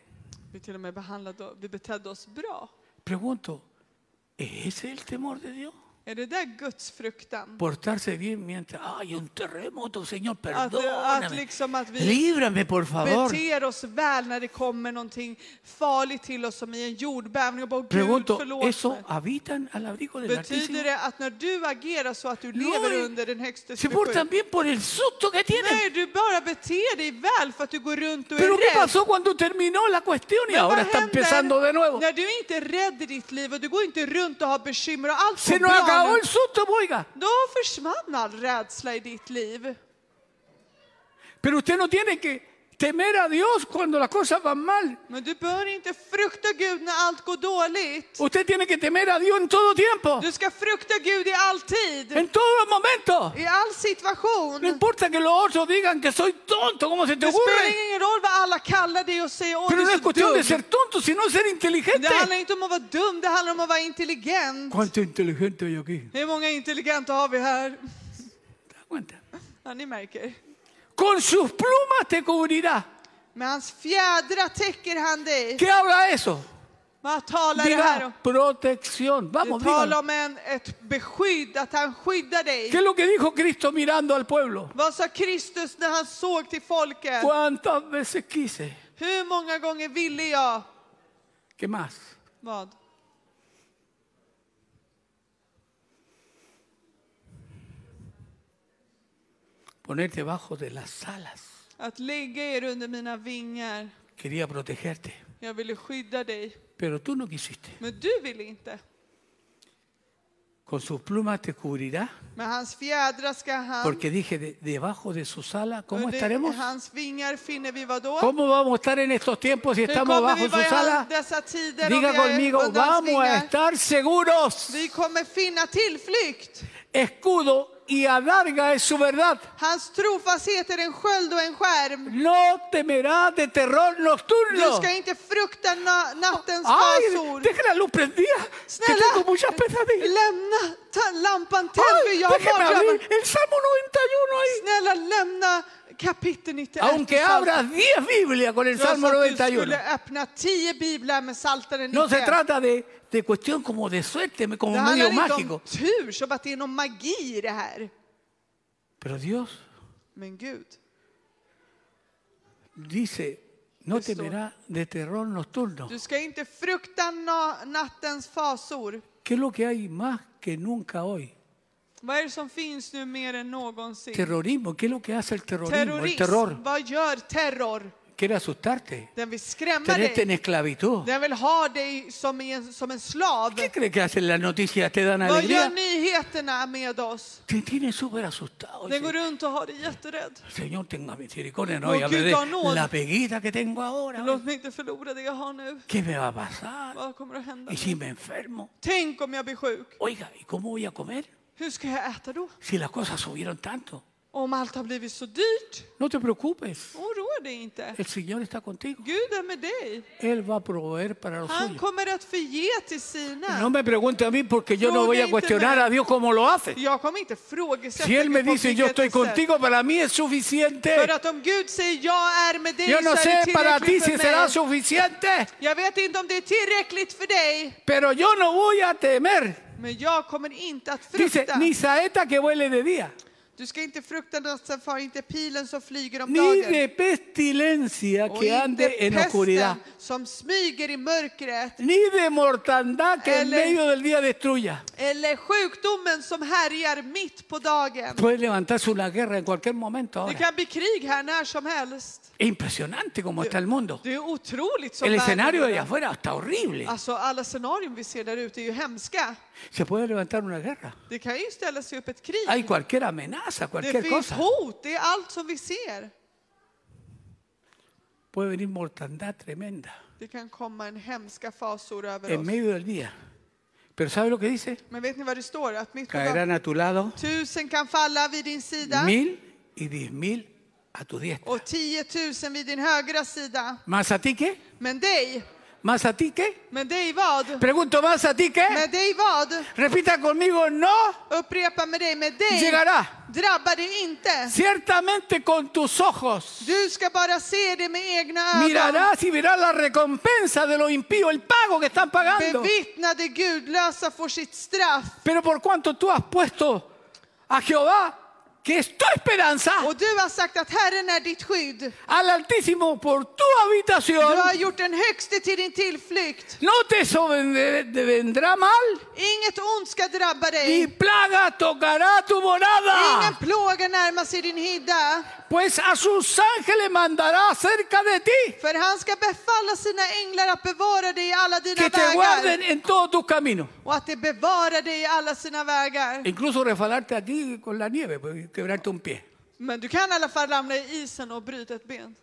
Speaker 2: Vi till och med behandlade, vi betedde oss bra.
Speaker 1: Pregunto, ¿es ese el temor de Dios?
Speaker 2: Är det där Guds fruktan?
Speaker 1: Portarse bien mientras hay un terremoto, Señor,
Speaker 2: Att, att
Speaker 1: perdóname.
Speaker 2: liksom att vi
Speaker 1: Líbrame, por favor.
Speaker 2: beter oss väl när det kommer någonting farligt till oss som i en jordbävning och bara Gud
Speaker 1: Pregunto,
Speaker 2: förlåt
Speaker 1: ¿eso
Speaker 2: mig.
Speaker 1: habitan al abrigo del Altísimo?
Speaker 2: Betyder det att när du agerar så att du
Speaker 1: No,
Speaker 2: lever
Speaker 1: eh,
Speaker 2: under den högstes
Speaker 1: Se
Speaker 2: beskydd?
Speaker 1: portan bien por el susto que tienen.
Speaker 2: Nej, du bara beter dig väl för att du går runt och är
Speaker 1: Pero ¿qué
Speaker 2: rädd.
Speaker 1: pasó cuando terminó la cuestión y
Speaker 2: Men
Speaker 1: ahora
Speaker 2: vad
Speaker 1: está
Speaker 2: händer
Speaker 1: empezando de nuevo?
Speaker 2: När du inte är rädd i ditt liv och du går inte runt och har bekymmer och allt går
Speaker 1: Se nos
Speaker 2: bra.
Speaker 1: acabó
Speaker 2: nu,
Speaker 1: el susto, oiga.
Speaker 2: Då försvann all rädsla i ditt liv.
Speaker 1: Pero usted no tiene que temer a Dios cuando las cosas van mal.
Speaker 2: Men du bör inte frukta Gud när allt går dåligt.
Speaker 1: Usted tiene que temer a Dios en todo tiempo,
Speaker 2: Du ska frukta Gud i all tid,
Speaker 1: en todo momento.
Speaker 2: i all
Speaker 1: No
Speaker 2: situation.
Speaker 1: importa que los otros digan que soy tonto, ¿cómo se te
Speaker 2: Det
Speaker 1: ocurre?
Speaker 2: spelar ingen roll vad alla kallar dig och säger åh du
Speaker 1: Pero no
Speaker 2: är
Speaker 1: es
Speaker 2: så
Speaker 1: cuestión de
Speaker 2: dum.
Speaker 1: ser tonto, sino ser inteligente.
Speaker 2: Det handlar inte om att vara dum, det handlar om att vara intelligent.
Speaker 1: ¿Cuánto inteligente hay aquí?
Speaker 2: Hur många intelligenta har vi här?
Speaker 1: ¿Te das cuenta?
Speaker 2: Ja, ni märker.
Speaker 1: Con sus plumas te cubrirá.
Speaker 2: Med hans fjädrar täcker han dig.
Speaker 1: ¿Qué habla eso?
Speaker 2: Vad talar det här om?
Speaker 1: Diga protección. Vamos,
Speaker 2: Det talar
Speaker 1: dígalo.
Speaker 2: om en, ett beskydd, att han skyddar
Speaker 1: ¿Qué
Speaker 2: dig.
Speaker 1: es lo que dijo Cristo mirando al pueblo?
Speaker 2: Vad sa Kristus när han såg till folket?
Speaker 1: ¿Cuántas veces quise?
Speaker 2: Hur många gånger ville jag?
Speaker 1: ¿Qué más?
Speaker 2: Vad?
Speaker 1: Ponerte bajo de las alas.
Speaker 2: Att lägga er under mina vingar.
Speaker 1: Quería protegerte.
Speaker 2: Jag ville skydda dig.
Speaker 1: pero tú no quisiste.
Speaker 2: Men du ville inte.
Speaker 1: Con sus plumas te cubrirá,
Speaker 2: Med hans fjädrar ska han...
Speaker 1: porque dije, de- debajo de sus alas, ¿cómo
Speaker 2: Under
Speaker 1: estaremos?
Speaker 2: hans vingar finner vi vad då?
Speaker 1: ¿Cómo vamos a estar en estos tiempos si
Speaker 2: Hur
Speaker 1: estamos
Speaker 2: kommer vi
Speaker 1: bajo
Speaker 2: vara i
Speaker 1: sus
Speaker 2: alla
Speaker 1: alas?
Speaker 2: dessa tider om vi
Speaker 1: Diga
Speaker 2: är
Speaker 1: conmigo,
Speaker 2: under hans
Speaker 1: vamos a
Speaker 2: vingar?
Speaker 1: estar seguros.
Speaker 2: Vi kommer finna tillflykt.
Speaker 1: Escudo y adarga es su verdad.
Speaker 2: Hans trofasthet är en sköld och en skärm.
Speaker 1: No temerás de terror
Speaker 2: Du
Speaker 1: nocturno.
Speaker 2: ska inte frukta na nattens
Speaker 1: Ay,
Speaker 2: fasor.
Speaker 1: deja la luz prendida. Que
Speaker 2: Snälla,
Speaker 1: tengo muchas pesadillas.
Speaker 2: lämna ta- lampan tänd för
Speaker 1: Ay,
Speaker 2: jag har
Speaker 1: déjeme abrir
Speaker 2: mardrömmar.
Speaker 1: el Salmo 91 ahí.
Speaker 2: Snälla lämna kapitel 91.
Speaker 1: Aunque
Speaker 2: i Psaltaren.
Speaker 1: abras 10 Biblias con el
Speaker 2: Jag sa
Speaker 1: Salmo
Speaker 2: att du
Speaker 1: 91.
Speaker 2: skulle öppna tio biblar med Psaltaren
Speaker 1: No se
Speaker 2: 91.
Speaker 1: trata de, de cuestión como de suerte,
Speaker 2: Det
Speaker 1: como
Speaker 2: handlar
Speaker 1: medio
Speaker 2: inte om
Speaker 1: mágico.
Speaker 2: tur, som att det är någon magi i det här.
Speaker 1: Pero Dios
Speaker 2: Men Gud,
Speaker 1: dice, no
Speaker 2: Esto-
Speaker 1: temerá de terror nocturno.
Speaker 2: du ska inte frukta na nattens fasor.
Speaker 1: ¿Qué es lo que hay más que nunca hoy?
Speaker 2: Vad är det som finns nu mer än någonsin?
Speaker 1: Terrorismo, ¿qué es lo que hace el terrorismo? El
Speaker 2: Terrorism.
Speaker 1: terror
Speaker 2: Vad gör terror?
Speaker 1: quiere asustarte,
Speaker 2: Den vill skrämma
Speaker 1: tenerte en
Speaker 2: dig.
Speaker 1: esclavitud.
Speaker 2: Den vill ha dig som en, som en slav.
Speaker 1: ¿Qué crees que hacen las noticias? ¿Te dan
Speaker 2: Vad gör
Speaker 1: alegría?
Speaker 2: nyheterna med oss?
Speaker 1: Te tienen súper asustado.
Speaker 2: Den går
Speaker 1: dice,
Speaker 2: runt och har dig jätterädd.
Speaker 1: Señor, tenga misericordia,
Speaker 2: No,
Speaker 1: no, ya
Speaker 2: Dios
Speaker 1: veré
Speaker 2: da nåd.
Speaker 1: la peguita que tengo ahora.
Speaker 2: Låt mig inte förlora det jag har nu.
Speaker 1: ¿Qué me va a pasar?
Speaker 2: Vad kommer att hända?
Speaker 1: ¿Y si me enfermo?
Speaker 2: Tänk om jag blir sjuk.
Speaker 1: Oiga, ¿y cómo voy a comer
Speaker 2: Hur ska jag äta då?
Speaker 1: si las cosas subieron tanto?
Speaker 2: Om allt har blivit så dyrt?
Speaker 1: No te preocupes,
Speaker 2: Oroa dig inte.
Speaker 1: el Señor está contigo.
Speaker 2: Gud är med dig.
Speaker 1: Él va a proveer para los
Speaker 2: Han
Speaker 1: suyos.
Speaker 2: kommer att förge till
Speaker 1: No
Speaker 2: sina.
Speaker 1: me pregunte a mí porque yo no voy a cuestionar a Dios cómo lo hace.
Speaker 2: Jag kommer inte frågesätta
Speaker 1: Si Él me
Speaker 2: Gud på
Speaker 1: dice yo
Speaker 2: vilket
Speaker 1: estoy
Speaker 2: sätt.
Speaker 1: contigo, para mí es
Speaker 2: För
Speaker 1: suficiente.
Speaker 2: att om Gud säger jag är med dig
Speaker 1: Yo no
Speaker 2: så är det
Speaker 1: sé para ti
Speaker 2: tillräckligt
Speaker 1: si
Speaker 2: för
Speaker 1: será
Speaker 2: mig.
Speaker 1: suficiente,
Speaker 2: Jag vet inte om det är tillräckligt för dig,
Speaker 1: pero yo no voy a temer.
Speaker 2: men jag kommer inte att
Speaker 1: Dice,
Speaker 2: frukta.
Speaker 1: ni saeta que vuele de día,
Speaker 2: Du ska inte frukta natten, far inte pilen som flyger om
Speaker 1: ni
Speaker 2: dagen.
Speaker 1: de pestilencia
Speaker 2: Och
Speaker 1: que
Speaker 2: inte
Speaker 1: ande en oscuridad,
Speaker 2: pesten som smyger i mörkret.
Speaker 1: ni de mortandad que en
Speaker 2: Ele-
Speaker 1: medio del día destruya.
Speaker 2: Eller sjukdomen som härjar mitt på dagen.
Speaker 1: Puede levantarse una guerra en cualquier momento
Speaker 2: Det
Speaker 1: ahora.
Speaker 2: kan bli krig här när som helst.
Speaker 1: Impresionante como está el mundo.
Speaker 2: Det är otroligt som
Speaker 1: El
Speaker 2: världen
Speaker 1: escenario de
Speaker 2: är.
Speaker 1: allá afuera está horrible.
Speaker 2: Alltså alla scenarion vi ser där ute är ju hemska.
Speaker 1: Se puede levantar una guerra.
Speaker 2: Det kan ju ställa sig upp ett krig.
Speaker 1: Hay cualquier amenaza,
Speaker 2: det
Speaker 1: cualquier
Speaker 2: finns
Speaker 1: cosa.
Speaker 2: hot, det är allt som vi ser.
Speaker 1: Puede venir mortandad tremenda.
Speaker 2: Det kan komma en hemska fasor över
Speaker 1: en
Speaker 2: oss.
Speaker 1: medio del día. Pero ¿sabe lo que dice?
Speaker 2: Men vet ni vad det står? Att mitt på dagen,
Speaker 1: Caerán a tu lado
Speaker 2: tusen kan falla vid din sida
Speaker 1: mil y diez mil a tu diestra.
Speaker 2: och tiotusen vid din högra sida.
Speaker 1: ¿Más a ti qué?
Speaker 2: Men dig,
Speaker 1: ¿Más a ti qué?
Speaker 2: men dig vad?
Speaker 1: Pregunto, ¿más a ti qué?
Speaker 2: Men dig vad?
Speaker 1: Repita conmigo, no
Speaker 2: Upprepa med dig, med dig
Speaker 1: llegará.
Speaker 2: drabbar det inte.
Speaker 1: Ciertamente con tus ojos
Speaker 2: Du ska bara se det med egna ögon.
Speaker 1: mirarás y verás la recompensa de lo impío, el pago que están pagando.
Speaker 2: Bevittna det gudlösa får sitt straff.
Speaker 1: Pero por cuanto tú has puesto a Jehová, que es tu esperanza,
Speaker 2: Och du har sagt att Herren är ditt skydd.
Speaker 1: al Altísimo por tu
Speaker 2: Du
Speaker 1: habitación,
Speaker 2: har gjort den högste till din tillflykt.
Speaker 1: no te vendrá mal
Speaker 2: Inget ont ska drabba
Speaker 1: y
Speaker 2: dig.
Speaker 1: plaga tocará tu
Speaker 2: Ingen
Speaker 1: morada,
Speaker 2: plåga närmar sig din hydda.
Speaker 1: pues a sus ángeles mandará cerca de ti,
Speaker 2: För han ska befalla sina änglar att bevara dig i alla dina
Speaker 1: que te guarden
Speaker 2: vägar.
Speaker 1: en todos tus caminos.
Speaker 2: Och att de bevarar dig i alla sina vägar.
Speaker 1: Incluso refalarte aquí con la nieve, pues, quebrarte un pie.
Speaker 2: Men du kan i alla fall ramla i isen och bryta ett ben.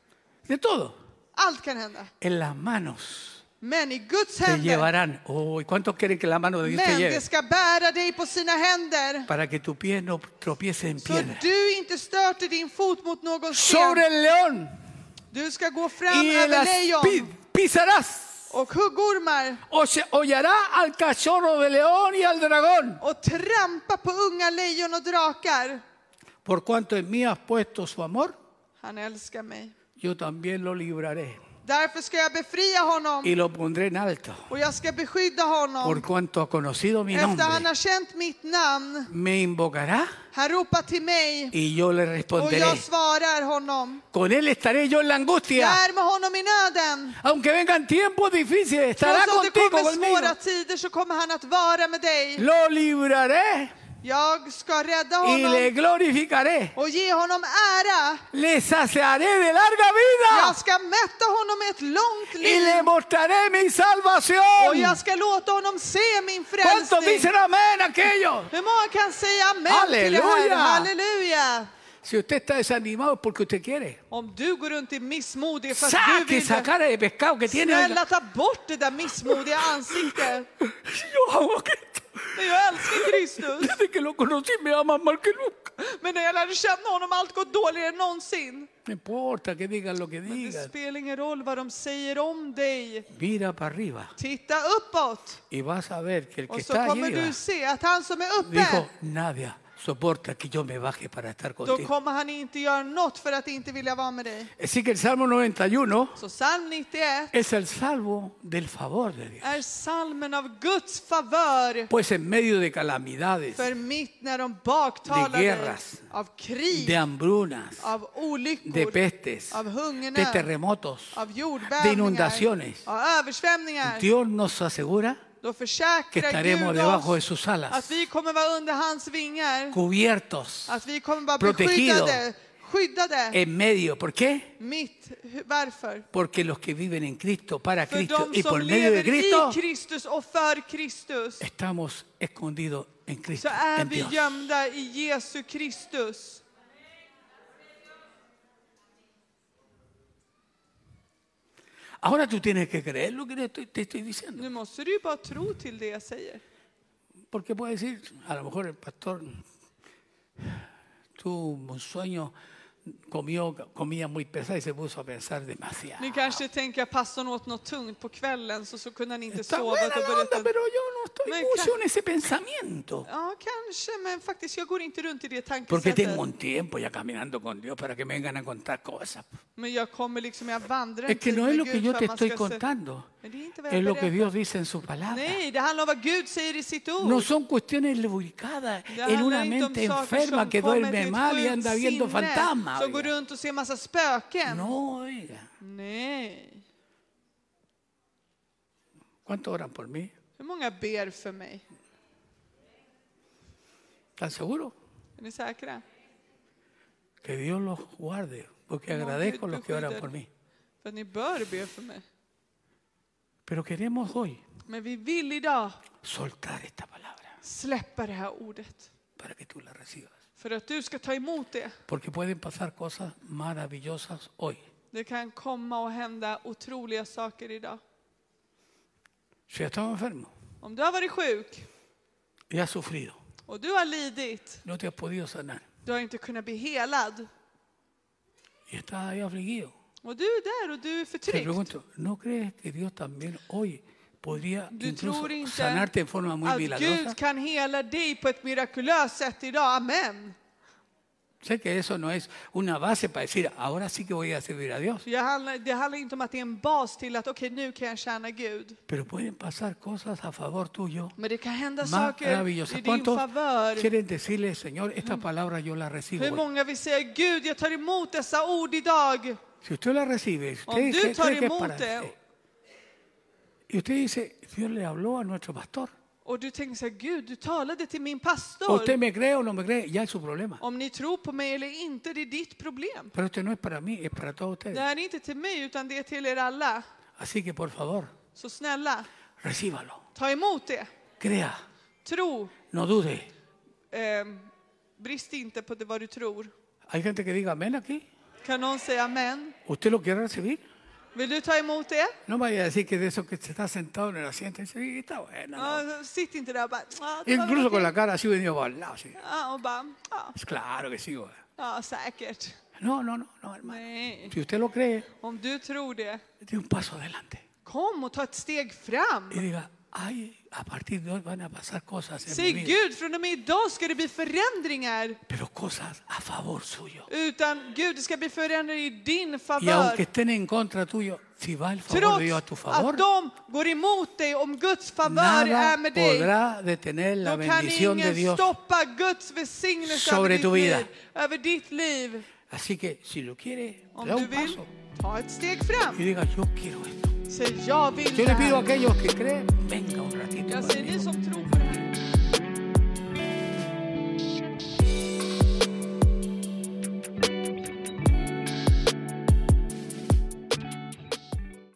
Speaker 1: De todo.
Speaker 2: Allt kan hända.
Speaker 1: En las manos
Speaker 2: Men i Guds
Speaker 1: te
Speaker 2: händer
Speaker 1: llevarán. Oh, ¿y ¿Cuántos quieren que la mano de Dios te
Speaker 2: Men det
Speaker 1: lleve?
Speaker 2: ska bära dig på sina händer
Speaker 1: Para que tu pie no tropiece en
Speaker 2: så
Speaker 1: piedra.
Speaker 2: du inte störte din fot mot någon
Speaker 1: Sobre
Speaker 2: sten.
Speaker 1: el león
Speaker 2: Du ska gå fram
Speaker 1: y el
Speaker 2: över
Speaker 1: aspi-
Speaker 2: lejon
Speaker 1: pisarás.
Speaker 2: och huggormar
Speaker 1: Oye- Hollará al cachorro de león y al dragón.
Speaker 2: och trampa på unga lejon och drakar.
Speaker 1: Por cuanto en mí has puesto su amor,
Speaker 2: Han älskar mig.
Speaker 1: yo también lo libraré
Speaker 2: Därför ska jag befria honom
Speaker 1: y lo pondré en alto.
Speaker 2: och jag ska beskydda
Speaker 1: Por
Speaker 2: honom.
Speaker 1: cuanto ha conocido mi
Speaker 2: Efter han
Speaker 1: nombre,
Speaker 2: har känt mitt namn,
Speaker 1: me invocará
Speaker 2: han ropar till mig
Speaker 1: y yo le
Speaker 2: och
Speaker 1: responderé.
Speaker 2: jag svarar honom.
Speaker 1: Con él estaré yo en la angustia.
Speaker 2: Jag är med honom i nöden.
Speaker 1: Aunque vengan tiempos difíciles, estará
Speaker 2: Trots att det
Speaker 1: contigo,
Speaker 2: kommer
Speaker 1: conmigo.
Speaker 2: svåra tider så kommer han att vara med dig.
Speaker 1: Lo libraré
Speaker 2: Jag ska rädda
Speaker 1: y le
Speaker 2: honom
Speaker 1: glorificaré.
Speaker 2: och ge honom ära.
Speaker 1: Le saciaré de larga
Speaker 2: Jag
Speaker 1: vida
Speaker 2: ska ska mätta honom med ett långt
Speaker 1: y
Speaker 2: liv.
Speaker 1: le mostraré mi
Speaker 2: Och
Speaker 1: salvación.
Speaker 2: jag ska låta honom se min
Speaker 1: ¿Cuántos
Speaker 2: frälsning.
Speaker 1: dicen amén aquello?
Speaker 2: Hur många kan säga amen till det här?
Speaker 1: Halleluja!
Speaker 2: Halleluja!
Speaker 1: Si usted está desanimado es porque usted quiere.
Speaker 2: Om du går runt i missmodig fast du
Speaker 1: Saque
Speaker 2: vill
Speaker 1: esa
Speaker 2: inte.
Speaker 1: cara de pescado que tiene.
Speaker 2: Snälla ta bort det där missmodiga ansiktet.
Speaker 1: Yo amo a Cristo.
Speaker 2: Men jag älskar Kristus.
Speaker 1: Desde que lo conocí me ama más que nunca.
Speaker 2: Men när jag lärde känna honom har allt gått dåligare än någonsin.
Speaker 1: No importa que digan lo que
Speaker 2: Det
Speaker 1: digan.
Speaker 2: spelar ingen roll vad de säger om dig.
Speaker 1: Mira para arriba
Speaker 2: Titta uppåt.
Speaker 1: y vas a ver que el que
Speaker 2: Och så
Speaker 1: está
Speaker 2: kommer
Speaker 1: allí
Speaker 2: du se att han som är uppe,
Speaker 1: dijo, nadie soporta que yo me baje para estar
Speaker 2: då
Speaker 1: contigo.
Speaker 2: kommer han inte göra något för att inte vilja vara med dig.
Speaker 1: Así que el Salmo 91
Speaker 2: Så psalm 91
Speaker 1: es el salvo del favor de Dios.
Speaker 2: är salmen av Guds favör
Speaker 1: Pues en medio de calamidades,
Speaker 2: för mitt när de baktalar
Speaker 1: De
Speaker 2: dig
Speaker 1: guerras.
Speaker 2: av krig,
Speaker 1: de hambrunas,
Speaker 2: av
Speaker 1: de
Speaker 2: olyckor,
Speaker 1: pestes,
Speaker 2: av
Speaker 1: de
Speaker 2: hungernöd,
Speaker 1: terremotos,
Speaker 2: av
Speaker 1: de
Speaker 2: jordbävningar,
Speaker 1: inundaciones.
Speaker 2: av översvämningar.
Speaker 1: Dios nos asegura
Speaker 2: Då
Speaker 1: que
Speaker 2: försäkrar
Speaker 1: estaremos
Speaker 2: Gud
Speaker 1: debajo de
Speaker 2: oss
Speaker 1: sus
Speaker 2: att
Speaker 1: alas,
Speaker 2: vi kommer vara under hans vingar,
Speaker 1: cubiertos
Speaker 2: att vi kommer vara
Speaker 1: Protegido.
Speaker 2: beskyddade, skyddade.
Speaker 1: en medio. ¿Por qué?
Speaker 2: Mitt, hu- varför?
Speaker 1: Porque los que viven en Cristo, para
Speaker 2: För
Speaker 1: Cristo
Speaker 2: de
Speaker 1: y
Speaker 2: som
Speaker 1: por medio de
Speaker 2: lever
Speaker 1: Cristo,
Speaker 2: i Kristus och för Kristus
Speaker 1: estamos escondidos en
Speaker 2: så
Speaker 1: Cristo,
Speaker 2: är
Speaker 1: Eh. en
Speaker 2: vi
Speaker 1: Dios.
Speaker 2: gömda i Jesu Kristus.
Speaker 1: Ahora tú tienes que creer lo que te estoy, te estoy
Speaker 2: Nu
Speaker 1: diciendo.
Speaker 2: måste du ju bara tro till det jag säger.
Speaker 1: Porque puedes decir, a lo mejor el pastor tuvo un sueño, comió comida muy pesada y se puso a pensar demasiado.
Speaker 2: Ni kanske tänker att pastorn åt något tungt på kvällen så, så kunde han inte
Speaker 1: Está
Speaker 2: sova.
Speaker 1: buena
Speaker 2: utan
Speaker 1: la onda,
Speaker 2: började-
Speaker 1: pero yo no estoy
Speaker 2: Me Ah,
Speaker 1: mucho
Speaker 2: ca-
Speaker 1: en ese pensamiento.
Speaker 2: Ja, kanske, men faktiskt jag går inte runt i det
Speaker 1: Porque
Speaker 2: tankesättet.
Speaker 1: tengo un tiempo ya caminando con Dios para que me vengan a contar cosas.
Speaker 2: Men jag kommer liksom, jag vandrar
Speaker 1: Es que
Speaker 2: en tid
Speaker 1: no es
Speaker 2: med
Speaker 1: lo que
Speaker 2: Gud
Speaker 1: yo
Speaker 2: för
Speaker 1: te
Speaker 2: att man ska
Speaker 1: estoy
Speaker 2: se-
Speaker 1: contando,
Speaker 2: Men det är inte vad
Speaker 1: es
Speaker 2: jag
Speaker 1: lo que
Speaker 2: berättar.
Speaker 1: Dios dice en su palabra.
Speaker 2: Nej, det handlar om vad Gud säger i sitt ord.
Speaker 1: No son cuestiones ubicadas
Speaker 2: Det
Speaker 1: en
Speaker 2: handlar
Speaker 1: una
Speaker 2: inte om
Speaker 1: mente
Speaker 2: saker
Speaker 1: enferma
Speaker 2: som
Speaker 1: que
Speaker 2: kommer
Speaker 1: duerme
Speaker 2: till ett
Speaker 1: mal y
Speaker 2: sjukt
Speaker 1: anda viendo
Speaker 2: sinne,
Speaker 1: fantasmas.
Speaker 2: Som går
Speaker 1: oiga.
Speaker 2: runt och ser massa spöken.
Speaker 1: No, oiga.
Speaker 2: Nej.
Speaker 1: ¿Cuánto oran por mí?
Speaker 2: Hur många ber för mig?
Speaker 1: ¿Están seguros?
Speaker 2: Är ni säkra?
Speaker 1: Que Dios los guarde, porque
Speaker 2: No,
Speaker 1: agradezco a
Speaker 2: Dios
Speaker 1: los
Speaker 2: te
Speaker 1: que oran
Speaker 2: cuida.
Speaker 1: por mí.
Speaker 2: För att ni bör be för mig.
Speaker 1: Pero queremos hoy
Speaker 2: Men vi vill idag
Speaker 1: soltar esta palabra
Speaker 2: släppa det här ordet.
Speaker 1: para que tú la recibas.
Speaker 2: För att du ska ta emot det.
Speaker 1: Porque pueden pasar cosas maravillosas hoy.
Speaker 2: Det kan komma och hända otroliga saker idag.
Speaker 1: Si estás enfermo
Speaker 2: Om du har varit sjuk
Speaker 1: y has sufrido,
Speaker 2: och du har lidit,
Speaker 1: no te has podido sanar
Speaker 2: du har inte kunnat bli helad.
Speaker 1: y estás ahí afligido,
Speaker 2: Och du är där och du är
Speaker 1: Te
Speaker 2: förtryckt.
Speaker 1: pregunto, ¿no crees que Dios también hoy podría
Speaker 2: Du
Speaker 1: incluso
Speaker 2: tror inte
Speaker 1: sanarte en forma muy
Speaker 2: Att
Speaker 1: milagrosa?
Speaker 2: Gud kan hela dig på ett mirakulöst sätt idag, amen.
Speaker 1: Sé que eso no es una base para decir, ahora sí que voy a servir a Dios.
Speaker 2: Jag handlar, det handlar inte om att det är en bas till att okej, nu kan jag tjäna Gud.
Speaker 1: Pero pueden pasar cosas a favor tuyo
Speaker 2: Men det kan hända saker i
Speaker 1: maravillosas.
Speaker 2: din
Speaker 1: ¿Cuántos
Speaker 2: favör.
Speaker 1: quieren decirle, Señor, esta palabra yo la recibo?
Speaker 2: Hur
Speaker 1: hoy"?
Speaker 2: många vill säga Gud, jag tar emot dessa ord idag.
Speaker 1: Si usted la recibe, si
Speaker 2: Om
Speaker 1: usted
Speaker 2: du
Speaker 1: cree
Speaker 2: tar
Speaker 1: cree que es
Speaker 2: emot
Speaker 1: para
Speaker 2: det-
Speaker 1: usted, y usted dice, Dios le habló a nuestro pastor.
Speaker 2: Och du tänker så här, Gud, du talade till min
Speaker 1: O usted
Speaker 2: pastor.
Speaker 1: me cree o no me cree, ya es su problema.
Speaker 2: Om ni tror på mig eller inte, det är ditt problem.
Speaker 1: Pero esto no es para mí, es para todos
Speaker 2: Det
Speaker 1: ustedes.
Speaker 2: här är inte till mig, utan det är till er alla.
Speaker 1: Así que por favor,
Speaker 2: Så snälla,
Speaker 1: recíbalo.
Speaker 2: ta emot det.
Speaker 1: Crea,
Speaker 2: Tro.
Speaker 1: no dude.
Speaker 2: Ehm, brist inte på det vad du tror.
Speaker 1: Hay gente que diga amén aquí.
Speaker 2: Kan någon säga amen?
Speaker 1: ¿Usted lo quiere recibir?
Speaker 2: Vill du ta emot det?
Speaker 1: No vaya a decir que de eso que se está sentado en el asiento, dice, "Sí, está bueno. ¿no?". E
Speaker 2: Ja, sitt inte där och bara... Ja, det var
Speaker 1: Incluso
Speaker 2: väl
Speaker 1: con
Speaker 2: okej.
Speaker 1: la cara así venido para el lado. así. Pues
Speaker 2: ja, och bara ja,
Speaker 1: Claro que sí. güey.
Speaker 2: ja, säkert.
Speaker 1: No, no, no, no, hermano.
Speaker 2: Nej,
Speaker 1: Si usted lo cree,
Speaker 2: om du tror det.
Speaker 1: dé un paso adelante.
Speaker 2: Kom och ta ett steg fram.
Speaker 1: y diga, ay, a partir de hoy van a pasar cosas en
Speaker 2: Säg
Speaker 1: mi vida,
Speaker 2: Gud, från och med idag ska det bli förändringar.
Speaker 1: pero cosas a favor suyo.
Speaker 2: Utan Gud, det ska bli förändringar i din
Speaker 1: Y aunque
Speaker 2: favör.
Speaker 1: estén en contra tuyo, si va el favor de Dios a tu
Speaker 2: Trots
Speaker 1: favor,
Speaker 2: att de går emot dig, om Guds favör är
Speaker 1: nada
Speaker 2: med dig,
Speaker 1: podrá detener la
Speaker 2: då kan
Speaker 1: bendición de
Speaker 2: ingen
Speaker 1: Dios.
Speaker 2: stoppa Guds välsignelse
Speaker 1: sobre
Speaker 2: över
Speaker 1: tu
Speaker 2: ditt
Speaker 1: vida.
Speaker 2: liv. Över ditt liv.
Speaker 1: Así que si lo quiere,
Speaker 2: Om
Speaker 1: da
Speaker 2: du
Speaker 1: un
Speaker 2: vill,
Speaker 1: paso
Speaker 2: ta ett steg
Speaker 1: y
Speaker 2: fram.
Speaker 1: diga, yo quiero esto.
Speaker 2: Säg jag vill
Speaker 1: Yo
Speaker 2: det
Speaker 1: le pido a
Speaker 2: här.
Speaker 1: aquellos que creen, venga un ratito.
Speaker 2: Jag
Speaker 1: conmigo.
Speaker 2: säger ni som tror på det